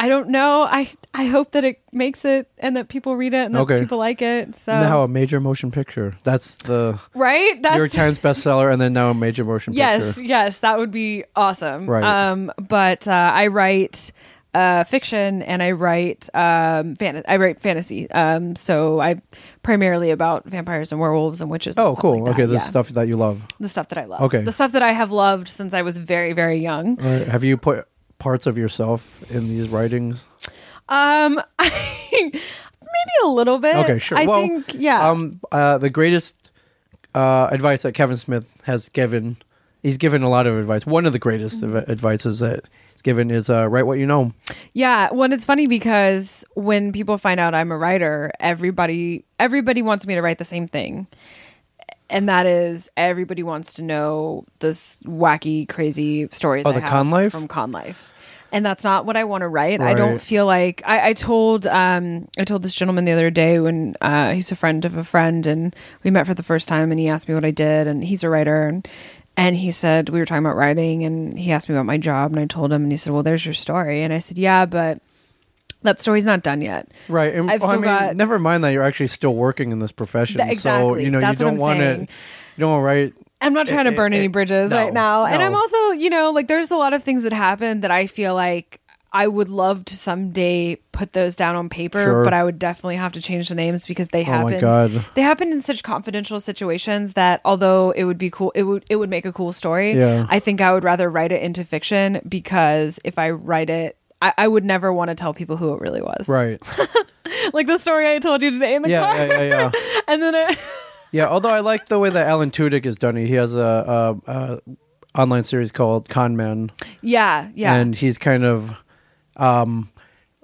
I don't know. I I hope that it makes it and that people read it and that
Okay.
people like it. So
now a major motion picture. That's the
right,
New
Um, that's
York
*laughs*
Times bestseller, and then now a major motion
yes,
picture.
yes, that would be awesome.
Right.
Um, but uh, I write uh, fiction and I write um, fan- I write fantasy. Um, so I primarily about vampires and werewolves and witches. and
Oh,
stuff
cool.
like
okay,
that.
this
Yeah.
stuff that you love.
The stuff that I love.
Okay.
The stuff that I have loved since I was very, very young.
All right, Have you put parts of yourself in these writings?
Um, *laughs* maybe a little bit.
Okay, sure.
Uh, I
well,
think yeah.
Um, uh, the greatest uh, advice that Kevin Smith has given, he's given a lot of advice. One of the greatest of advices that he's given is uh, write what you know.
Yeah, well, and it's funny because when people find out I'm a writer, everybody everybody wants me to write the same thing, and that is everybody wants to know this wacky, crazy stories.
Oh,
I
the
have
con life?
from Con Life, and that's not what I want to write. I don't
Right.
feel like I, I told um I told this gentleman the other day when uh, he's a friend of a friend, and we met for the first time, and he asked me what I did, and he's a writer, and and he said we were talking about writing, and he asked me about my job, and I told him, and he said, well, there's your story, and I said, yeah, but that story's not done yet.
Right. And,
I've
well,
still
I mean,
got-
never mind that you're actually still working in this profession.
Th-
So,
exactly.
you know,
That's
you
what
don't
I'm
want to,
saying.
you don't want to write.
I'm not trying to
It-
burn
it-
any bridges
no,
right now. And
no.
I'm also, you know, like there's a lot of things that happen that I feel like I would love to someday put those down on paper,
Sure.
but I would definitely have to change the names because they
Oh my
happened.
God.
They happened in such confidential situations that although it would be cool, it would it would make a cool story.
Yeah.
I think I would rather write it into fiction because if I write it, I, I would never want to tell people who it really was.
Right.
*laughs* Like the story I told you today in the
Yeah,
car,
yeah, yeah, yeah.
and then I, *laughs*
Yeah, although I like the way that Alan Tudyk has done it. He has a, a, a online series called Con Men,
yeah, yeah,
and he's kind of um,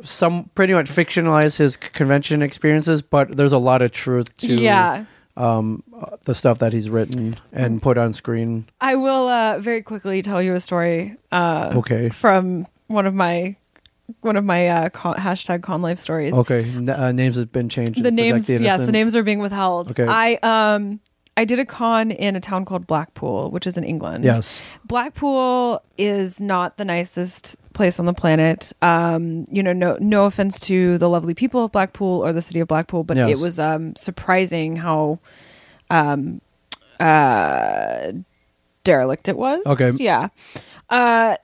some pretty much fictionalized his c- convention experiences, but there's a lot of truth to
yeah.
the stuff that he's written and put on screen.
I will uh, very quickly tell you a story uh,
Okay,
from one of my one of my uh, con- hashtag con life stories.
okay. N- uh, names have been changed. to
the
protect
names
the
yes the
innocent.
names are being withheld
Okay.
i um i did a con in a town called blackpool which is in england
Yes.
blackpool is not the nicest place on the planet um you know no no offense to the lovely people of blackpool or the city of blackpool but
Yes.
it was um surprising how um, uh, derelict it was.
Okay.
Yeah. Uh,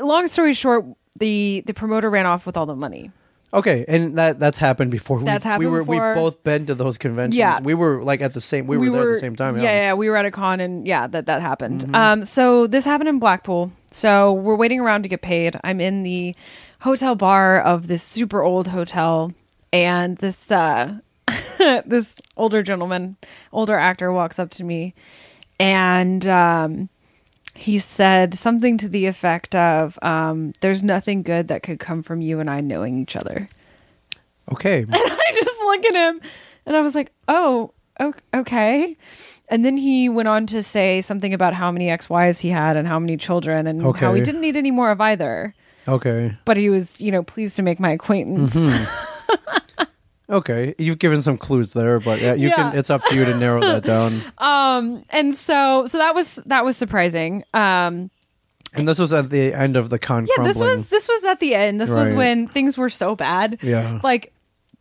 long story short, the the promoter ran off with all the money.
Okay, and that that's happened before. We-
That's
we
happened
were we
before.
both been to those conventions.
Yeah.
we were like at the same. We were there at the same time. Mm-hmm.
Yeah. yeah, we were at a con, and yeah, that that happened. Um, so this happened in Blackpool. So we're waiting around to get paid. I'm in the hotel bar of this super old hotel, and this uh, *laughs* this older gentleman, older actor, walks up to me, and um, he said something to the effect of, um, "There's nothing good that could come from you and I knowing each other." *laughs*
Okay.
I just look at him and I was like, oh, o- okay. And then he went on to say something about how many ex wives he had and how many children and how
Okay.
he didn't need any more of either.
Okay.
But he was, you know, pleased to make my acquaintance.
Mm-hmm. Okay, you've given some clues there, but yeah, you
Yeah.
can. It's up to you to narrow
*laughs*
that down.
um, and so, so that was that was surprising. Um,
And this was at the end of the con
yeah,
crumbling.
this was this was at the end. This was
Right.
when things were so bad.
Yeah.
like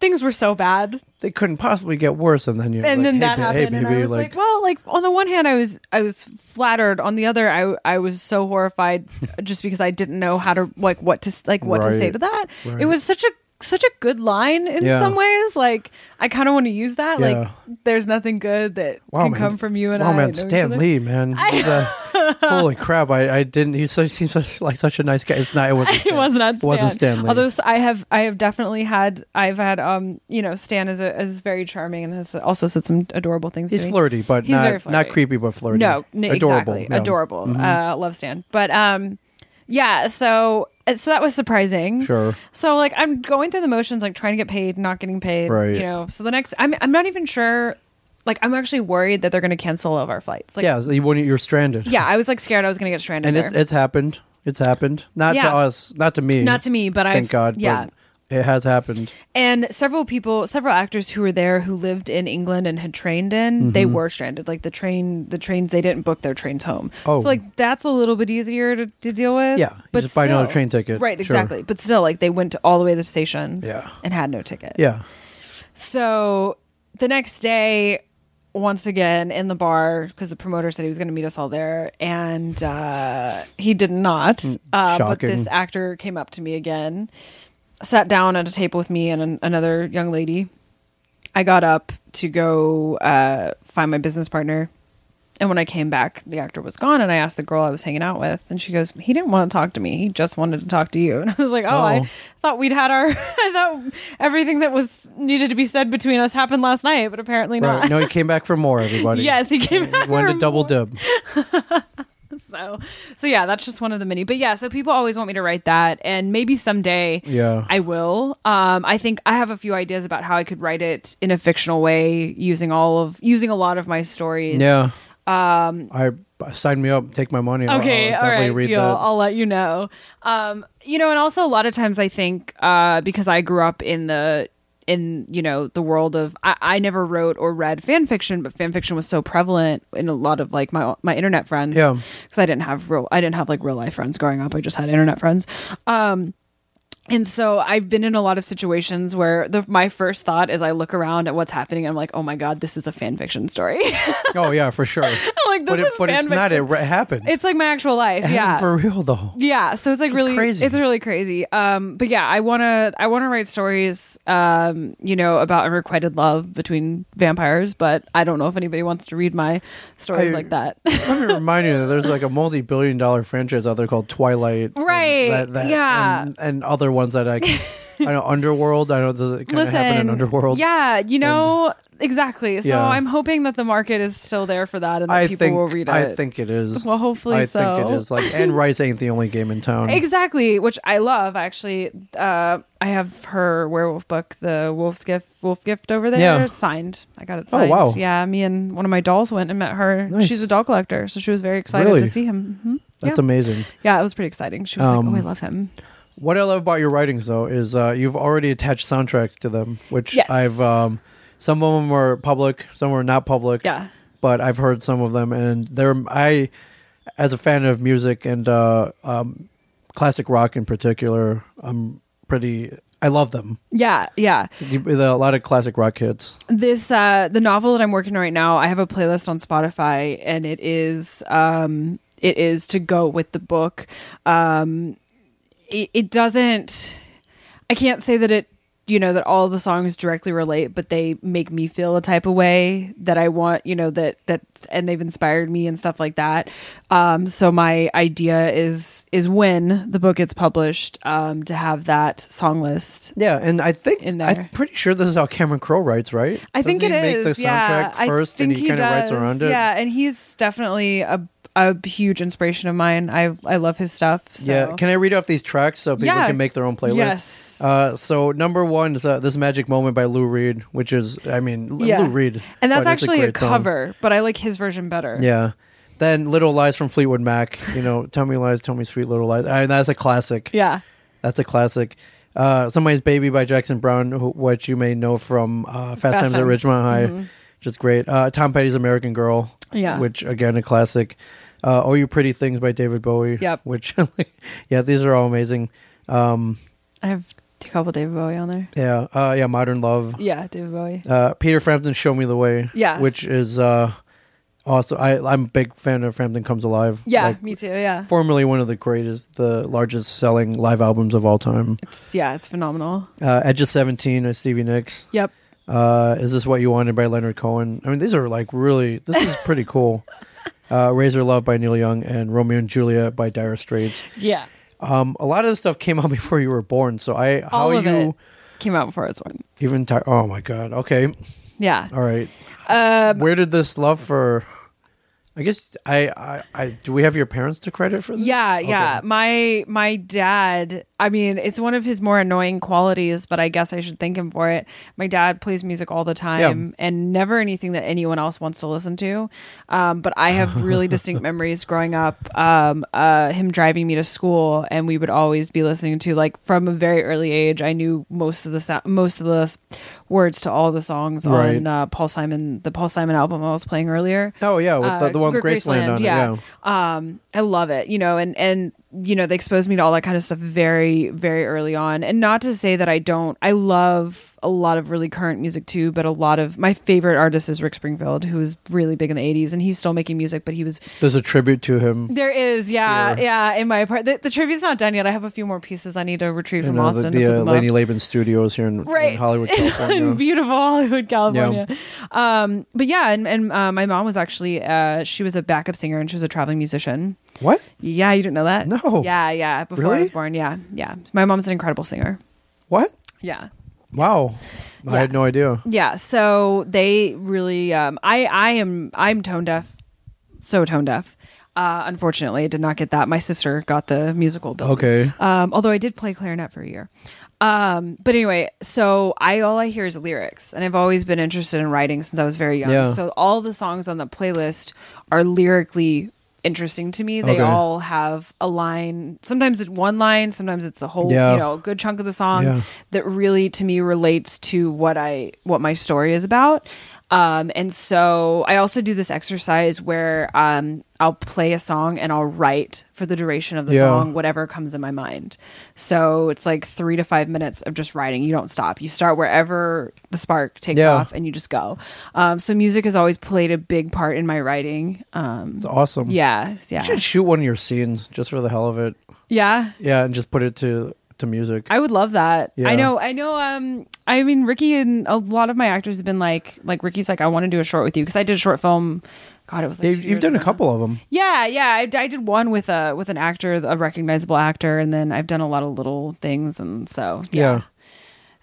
things were so bad
they couldn't possibly get worse, and then you. like,
and then
hey,
that
ba-
happened,
Hey,
and
baby,
I was like, well, like on the one hand, I was I was flattered. On the other, I I was so
*laughs*
horrified just because I didn't know how to like what to s- like what to say
Right.
to that. It
Right.
was such a such a good line in
Yeah.
some ways. Like I kind of want to use that.
Yeah.
Like there's nothing good that
wow,
can
man,
come from you and
wow,
I. know
man,
each
Stan
other."
Lee, man, he's a- holy crap! I, I didn't. He so, seems such, like such a nice guy. It's not. It wasn't.
*laughs* *laughs* It
Stan.
was not Stan.
wasn't Stan Lee.
Although s- I have, I have definitely had, I've had, um, you know, Stan is a, is very charming and has also said some adorable things. to
he's
me.
flirty, but
He's
not
very
not
flirty.
creepy, but flirty.
No, n-
adorable,
exactly.
yeah. Mm-hmm.
Adorable. Uh, love Stan. But um, yeah. So uh, so that was surprising.
Sure.
So like I'm going through the motions, like trying to get paid, not getting paid.
Right.
You know. So the next, I'm I'm not even sure. Like I'm actually worried that they're going to cancel all of our flights. Like
Yeah, so you, when you're stranded,
yeah, I was like scared I was going to get stranded.
and
there.
it's it's happened. It's happened. Not to
Yeah.
us. Not to me.
not to me, but I
Thank God.
Yeah.
but it has happened.
and several people several actors who were there who lived in england and had trained in they
Mm-hmm.
were stranded like the train the trains they didn't book their trains home
Oh.
so like that's a little bit easier to, to deal with
Yeah, you just buy another train ticket,
right
sure.
exactly but still like they went to all the way to the station
Yeah.
and had no ticket
Yeah.
so the next day, once again in the bar, because the promoter said he was going to meet us all there, and uh, he did not. Uh, but
Hmm, shocking.
this actor came up to me again, sat down at a table with me and an- another young lady. I got up to go uh, find my business partner. And when I came back, the actor was gone, and I asked the girl I was hanging out with, and she goes, "He didn't want to talk to me. He just wanted to talk to you." *laughs* And I was like, "Oh,
Oh.
I thought we'd had our, *laughs* I thought everything that was needed to be said between us happened last night, but apparently
Right.
not."
No, he came back for more, everybody.
*laughs* yes, he came.
He wanted
for
to double
more.
dip.
So, so yeah, that's just one of the many. But yeah, so people always want me to write that, and maybe someday,
Yeah.
I will. Um, I think I have a few ideas about how I could write it in a fictional way, using all of using a lot of my stories.
yeah. Um. I sign me up. Take my money. I'll-
Okay,
I'll,
all
definitely
right,
read
deal.
that.
I'll let you know. Um, you know, and also a lot of times I think uh, because I grew up in the in you know the world of I, I never wrote or read fan fiction, but fan fiction was so prevalent in a lot of like my my internet friends.
Yeah.
because I didn't have real I didn't have like real life friends growing up. I just had internet friends. Um, and so I've been in a lot of situations where the my first thought is I look around at what's happening. And I'm like, oh my god, this is a fan fiction story. *laughs*
oh yeah, for sure.
like, this
but it,
is
but
fan
it's not. It
fiction.
re- happened.
It's like my
*laughs*
actual life.
It
yeah.
happened for real though.
yeah so it's like really
crazy.
it's really crazy um but yeah i want to i want to write stories um you know about unrequited love between vampires but i don't know if anybody wants to read my stories
I-
like that
Let me remind you that there's like a multi-billion dollar franchise out there called Twilight, and
Right,
that- that-
yeah.
and, and other ones that I, can, I know Underworld. I know does
*laughs*
it kind of happen in Underworld.
yeah you know exactly so
Yeah.
i'm hoping that the market is still there for that and that
I
people
think
will read it
I think it is.
Well, hopefully
I think
so.
it is. Like, and Rice ain't the only game in town.
Exactly, which I love actually. Uh, I have her werewolf book, the Wolf's Gift, Wolf Gift over there,
Yeah.
signed. I got it
Oh,
signed.
wow.
Yeah, me and one of my dolls went and met her.
Nice.
She's a doll collector, so she was very excited
Really?
to see him. hmm
That's
yeah.
amazing.
yeah, it was pretty exciting. She was
Um,
like, "Oh, I love him."
What I love about your writings, though, is uh, you've already attached soundtracks to them, which
Yes.
I've. Um, some of them were public, some were not public.
Yeah.
But I've heard some of them, and they're I, as a fan of music and uh, um, classic rock in particular, I'm pretty. I love them.
Yeah, yeah.
You- there are A lot of classic rock hits.
this uh the novel that i'm working on right now i have a playlist on spotify and it is um it is to go with the book um it, it doesn't i can't say that it you know that all the songs directly relate but they make me feel a type of way that i want you know that that and they've inspired me and stuff like that um so my idea is is when the book gets published um to have that song list
Yeah, and I think
In
I'm
there.
pretty sure this is how Cameron Crowe writes, right?
I think it
Doesn't
is.
he make the
yeah,
soundtrack first,
I think
and he, kind of writes
does.
around it.
Yeah, and he's definitely a a huge inspiration of mine. I I love his stuff. So.
Yeah, can I read off these tracks so people
Yeah.
can make their own playlist?
Yes.
Uh, so number one is uh, this "Magic Moment" by Lou Reed, which is, I mean, L-
Yeah.
Lou Reed,
and that's
but it's
actually a,
great song.
cover, but I like his version better.
Yeah. Then "Little Lies" from Fleetwood Mac. You know, "Tell Me Lies, Tell Me Sweet Little Lies." I that's a classic.
yeah,
That's a classic. Uh, Somebody's Baby by Jackson Brown, who, what you may know from uh, Fast, Times at
Times. Mm-hmm.
Ridgemont High, which is great. Uh, Tom Petty's American Girl,
Yeah.
which again a classic. Uh, oh, You Pretty Things by David Bowie,
Yep.
which *laughs* like, yeah, these are all amazing. Um,
I have a couple David Bowie on there.
yeah, uh, yeah, Modern Love.
Yeah, David Bowie.
Uh, Peter Frampton, Show Me the Way,
Yeah.
which is uh, also I, I'm a big fan of Frampton Comes Alive.
Yeah,
like,
me too. Yeah,
formerly one of the greatest, the largest selling live albums of all time.
it's, yeah, it's phenomenal.
Uh, Edge of Seventeen by Stevie Nicks.
Yep.
Uh, is this what you wanted by Leonard Cohen? I mean, these are like really. This is pretty
*laughs*
cool. Uh, Razor Love by Neil Young and Romeo and Juliet by Dire Straits.
Yeah,
Um, a lot of this stuff came out *laughs* before you were born, so I how
all of
you
it came out before I was born.
even ti Oh my god. Okay,
Yeah,
all right.
Um,
Where did this love for? I guess I, I I do. We have your parents to credit for this.
Yeah, yeah.
Okay.
My my dad, I mean, it's one of his more annoying qualities, but I guess I should thank him for it. My dad plays music all the time and never anything that anyone else wants to listen to. Um, but I have
*laughs*
really distinct memories growing up, um, uh, him driving me to school and we would always be listening to like from a very early age. I knew most of the sou- most of the s- words to all the songs
Right.
on uh, Paul Simon the Paul Simon album I was playing earlier.
Oh yeah, with the,
Uh,
the one with
Gr-
Graceland, on it. Yeah.
Um, I love it, you know, and and you know, they exposed me to all that kind of stuff very, very early on. And not to say that I don't I love a lot of really current music too, but a lot of my favorite artist is Rick Springfield, who was really big in the eighties and he's still making music, but he was
There's a tribute to him.
there is, yeah,
Here.
yeah, in my apartment. The, the tribute's not done yet. I have a few more pieces I need to retrieve
You
from
know, the,
Austin. to put
the uh,
them up.
Laney Laban Studios here in, in
Right. *laughs*
Hollywood, California.
beautiful Hollywood, California. Um, but yeah, and, and uh, my mom was actually uh, she was a backup singer and she was a traveling musician.
what?
Yeah, you didn't know that?
No.
Yeah, yeah. Before
Really?
I was born. Yeah, yeah. My mom's an incredible singer.
What?
Yeah.
Wow. I
Yeah.
had no idea.
Yeah. So they really, um, I, I am, I'm tone deaf, so tone deaf. Uh, unfortunately, I did not get that. My sister got the musical bill.
Okay.
Um, although I did play clarinet for a year. Um, but anyway, so I all I hear is lyrics, and I've always been interested in writing since I was very young.
Yeah.
So all the songs on the playlist are lyrically interesting to me. They
Okay.
all have a line. Sometimes it's one line. Sometimes it's the whole.
Yeah.
You know, a good chunk of the song
Yeah.
that really to me relates to what I what my story is about. Um, and so I also do this exercise where um, I'll play a song and I'll write for the duration of the
Yeah.
song whatever comes in my mind. So it's like three to five minutes of just writing. You don't stop. You start wherever the spark takes
Yeah.
off and you just go. Um, so music has always played a big part in my writing. Um,
It's awesome.
yeah, yeah,
You should shoot one of your scenes just for the hell of it.
yeah.
Yeah, and just put it to to music.
I would love that.
Yeah.
I know. I know. Um, I mean, Ricky and a lot of my actors have been like, like Ricky's like, I want to do a short with you because I did a short film. God, it was like
You've-
two
you've
years
done a
ago now.
couple of them.
Yeah, yeah. I, I did one with a with an actor, a recognizable actor, and then I've done a lot of little things, and so
Yeah.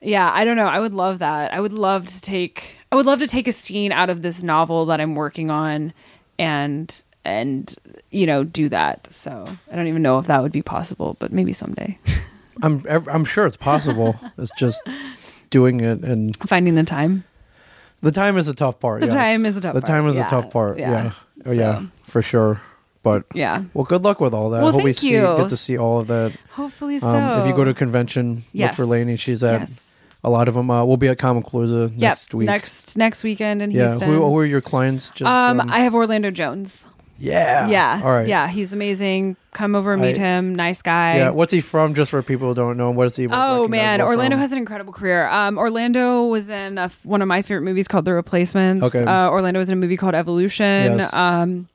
yeah. I don't know. I would love that. I would love to take. I would love to take a scene out of this novel that I'm working on, and and you know do that. So I don't even know if that would be possible, but maybe someday *laughs*
I'm ev- I'm sure it's possible. it's just doing it and
finding the time.
the time is a tough part.
The
yes.
time is a tough
The
part,
time is
yeah,
a tough part.
yeah.
Yeah. Oh yeah,
So-
for sure. But
Yeah.
well, good luck with all that.
Well,
Hope we
thank
see
you.
get to see all of that.
Hopefully so.
Um, if you go to a convention, look
Yes.
for Lainey. She's at
Yes.
a lot of them. Uh, we'll be at Comic Palooza
Yep,
next week.
next next weekend in
yeah.
Houston.
Who, who are your clients? Just
um,
um,
I have Orlando Jones.
yeah.
Yeah.
All right.
Yeah, he's amazing. Come over and meet
I-
him. Nice guy.
Yeah. What's he from? Just for people who don't know, what is he?
Oh
recognizable
man, Orlando
from?
has an incredible career. Um, Orlando was in a f one of my favorite movies called The Replacements.
Okay.
Uh, Orlando was in a movie called Evolution.
Yes.
Um,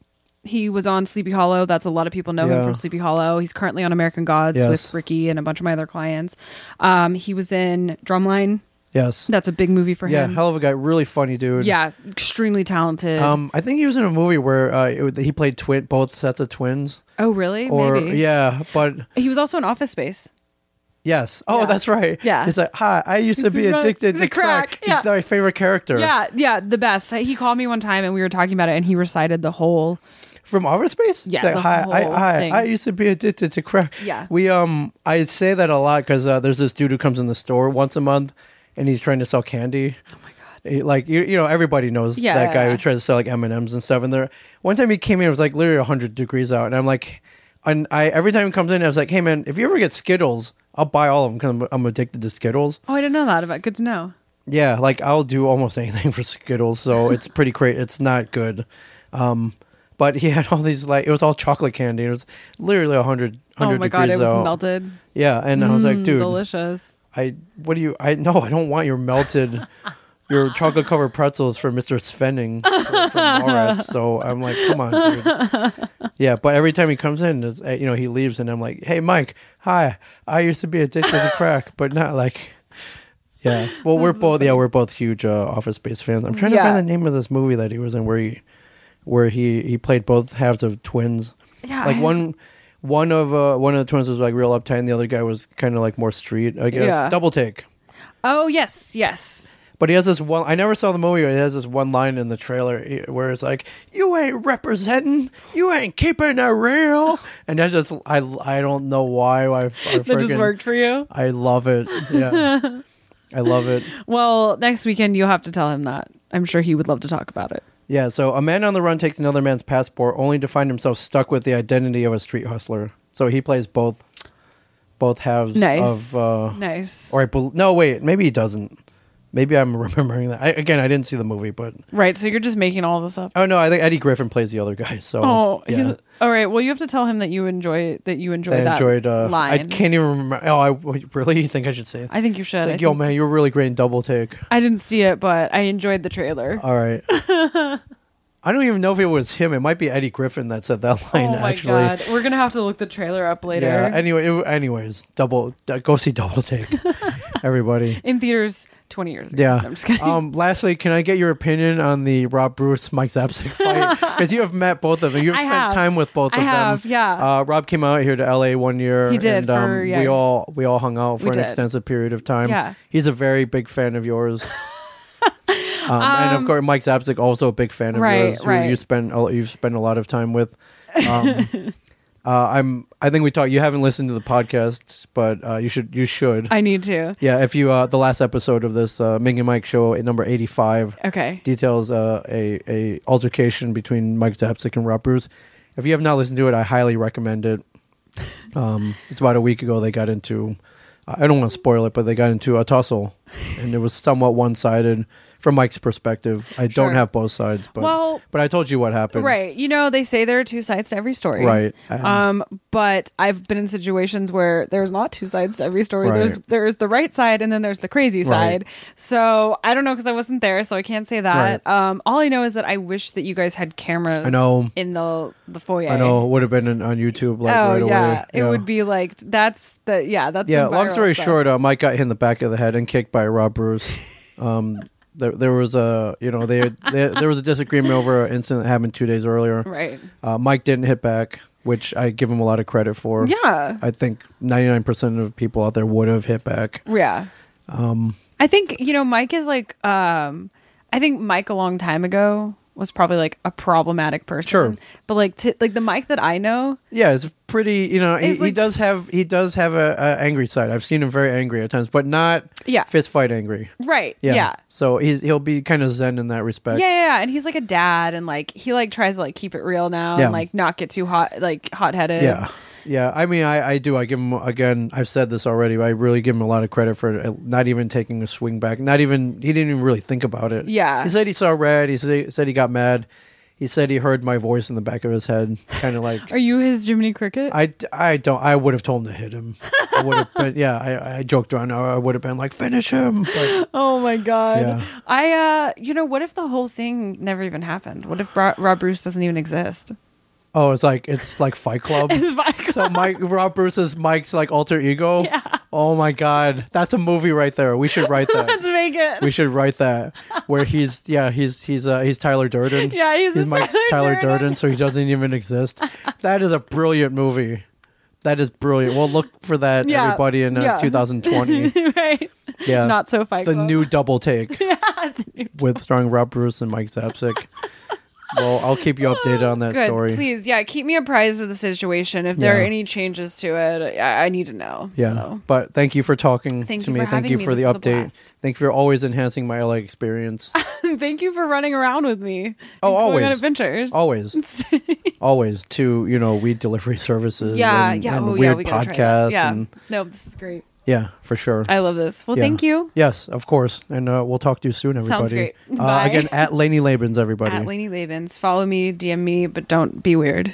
he was on Sleepy Hollow. That's a lot of people know him
Yeah.
from Sleepy Hollow. He's currently on American Gods
Yes.
with Ricky and a bunch of my other clients. Um, he was in Drumline.
Yes.
That's a big movie for
Yeah.
him.
Hell of a guy. Really funny dude.
yeah, extremely talented.
Um, I think he was in a movie where uh, it, he played twin both sets of twins,
oh really?
or
Maybe.
yeah, but
He was also in Office Space.
yes, oh,
Yeah.
that's right.
Yeah.
it's like hi, I used to be
*laughs* He's a-
addicted
he's
to
a crack.
crack.
Yeah.
He's my favorite character.
Yeah, yeah, the best. He called me one time and we were talking about it, and he recited the whole.
from outer space.
Yeah,
Like,
the
hi, I,
whole
I,
thing.
I used to be addicted to crack.
Yeah.
we um, I say that a lot because uh, there's this dude who comes in the store once a month, and he's trying to sell candy. Oh my god! like you, you know, everybody knows
Yeah.
that guy who tries to sell like M and M's and stuff. And there, one time he came in, it was like literally 100 degrees out, and I'm like, and I every time he comes in, I was like, hey man, if you ever get Skittles, I'll buy all of them because I'm, I'm addicted to Skittles.
Oh, I didn't know that about. Good to know.
Yeah, like I'll do almost *laughs* anything for Skittles,
*laughs*
so it's pretty crazy. It's not good. Um, but he *laughs* had all these like it was all chocolate candy. It was literally 100, 100
Oh my god, it
degrees
was
out.
melted.
Yeah, and I was like,
Mm,
dude,
delicious.
I what do you? I no, I don't want your
*laughs*
melted. Your chocolate covered pretzels for Mr. Svenning from Mallrats. So I'm like, come on, dude. Yeah, but every time he comes in, it's, uh, you know, he leaves, and I'm like, hey, Mike, hi. I used to be addicted to crack, but not like, yeah. Well, we're both, yeah, we're both huge uh, Office Space fans. I'm trying to
Yeah.
find the name of this movie that he was in where he, where he he played both halves of twins.
Yeah,
like
I-
one. One of uh, one of the twins was like real uptight, and the other guy was kind of like more street, I guess.
Yeah.
Double take.
Oh yes, yes.
But he has this one. I never saw the movie. But he has this one line in the trailer eh, where it's like, "You ain't representing. You ain't keeping it
*laughs*
real." And I just, I, I don't know why. I, I
That just
friggin-
worked for you.
I love it. Yeah, I love it.
Well, next weekend you'll have to tell him that. I'm sure he would love to talk about it.
Yeah. So a man on the run takes another man's passport, only to find himself stuck with the identity of a street hustler. So he plays both, both halves
Nice.
of. Uh,
Nice.
Or I bel no, wait, maybe he doesn't. Maybe I'm *laughs* remembering that. I, again, I didn't see the movie, but
right. So you're just making all this up.
Oh no, I think Eddie Griffin plays the other guy. So
Oh,
yeah,
he- all right. Well, you have to tell him that you enjoy that you enjoy
I
that
enjoyed. Uh,
line.
I can't even remember. Oh, I really you think I should say it?
I think you should.
It's
I,
like, yo,
think-
man, you were really great in Double Take.
I didn't see it, but I enjoyed the trailer.
All
*laughs*
right. I don't even know if it was him. It might be Eddie Griffin that said that line.
oh my
actually,
god, we're gonna have to look the trailer up later
yeah. Anyway, it- anyways, double uh, go see Double
*laughs*
Take, everybody.
in theaters. Twenty years ago.
Yeah.
I'm just kidding.
Um, lastly, can I get your opinion on the Rob Bruce Mike Zapsik fight?
*laughs*
Because you have met both of them. You've
I
spent
have.
time with both
I
of them.
have, yeah.
Uh, Rob came out here to LA one year.
He did
And, um,
for- yeah.
We all we all hung out for
We
an
did.
extensive period of time.
Yeah.
He's a very big fan of
*laughs*
yours. Um, and of course, Mike Zapsik also a big fan of
Right,
yours. who
right.
You spend a- you've spent a lot of time with. Um,
*laughs*
uh, I'm. I think we talked. You haven't listened to the podcast, but uh, you should. You should.
I need to.
Yeah, if you uh, the last episode of this uh, Ming and Mike show at number eighty five
Okay.
details uh, a a altercation between Mike Zapsik and Rob Bruce. If you have not listened to it, I highly recommend
*laughs*
it. Um, it's about a week ago they got into. I don't want to spoil it, but they got into a tussle, and it was somewhat one sided from Mike's perspective. I
Sure.
don't have both sides, but
Well-
but I told you what happened.
Right. You know, they say there are two sides to every story.
Right.
Um, but I've been in situations where there's not two sides to every story.
Right.
There's there's the right side and then there's the crazy
Right.
side. So I don't know because I wasn't there, so I can't say that.
Right.
Um, all I know is that I wish that you guys had cameras.
I know.
in the the foyer.
I know it would have been in, on YouTube like
oh
right away.
yeah, it
Yeah.
would be like that's the yeah that's
Yeah,
some
long
viral
story
stuff.
short, uh, Mike got hit in the back of the head and kicked by Rob Bruce.
*laughs*
Um, there, there was a you know they, they there was a disagreement over an incident that happened two days earlier.
Right.
Uh, Mike didn't hit back, which I give him a lot of credit for.
Yeah.
I think ninety nine percent of people out there would have hit back.
Yeah. Um I think, you know, Mike is like um I think Mike a long time ago was probably like a problematic person.
Sure.
But like to, like the Mike that I know,
Yeah, it's pretty. You know, he,
It's
he
like-
does have he does have a, a angry side. I've seen him very angry at times, but not
Yeah.
fist fight angry.
right.
Yeah.
Yeah. Yeah.
So he's he'll be kind of zen in that respect.
Yeah, yeah, and he's like a dad, and like he like tries to like keep it real now,
Yeah.
and like not get too hot, like hot headed.
Yeah. Yeah, I mean, I, I do. I give him again. I've said this already. But I really give him a lot of credit for uh, not even taking a swing back. Not even he didn't even really think about it.
Yeah.
he said he saw red. He said he, said he got mad. He said he heard my voice in the back of his head, kind of like *laughs*
Are you his Jiminy Cricket?
I, I don't. I would have told him to hit him. I would have. But yeah, I, I joked around. I would have been like, finish him.
*laughs*
But
*laughs* oh my god!
Yeah.
I uh, you know, what if the whole thing never even happened? What if Bra- Rob Bruce doesn't even exist? *laughs*
oh, it's like it's like Fight Club. So Mike Rob Bruce is Mike's like alter ego.
Yeah.
Oh my god, that's a movie right there. We should write that.
*laughs* Let's make it.
We should write that where he's yeah he's he's uh, he's Tyler Durden.
Yeah, he's
he's
a
Mike's Tyler
Tyler
Durden.
Durden.
so he doesn't even exist. That is a brilliant movie. That is brilliant. We'll look for that
Yeah,
everybody in uh,
yeah. *laughs*
2020.
right.
Yeah,
Not so Fight
It's the
Club.
new double
*laughs*
take with starring Rob Bruce and Mike Zapsik. well, I'll keep you updated on that
Oh, Good.
story.
Please, yeah, keep me apprised of the situation. If there are
Yeah.
any changes to it, I, I need to know.
Yeah,
So. *laughs*
but thank you for talking
Thank
to
you
me.
for
thank
having
you
me.
for the
This was a
update.
blast.
Thank you for always enhancing my LA
*laughs*
experience.
Thank you for running around with me.
Oh,
and going on
always.
adventures. *laughs*
always always to you know weed delivery *laughs* services
yeah,
and,
yeah,
and
oh,
weird
yeah, we gotta try
podcasts
that. Yeah,
and
no, this is great.
yeah for sure
I love this. Well,
Yeah.
thank you.
yes of course and uh, we'll talk to you soon everybody
Sounds great.
Uh,
Bye.
again
*laughs*
at laney labens everybody
At Lainey Labens, follow me, DM me, but don't be weird.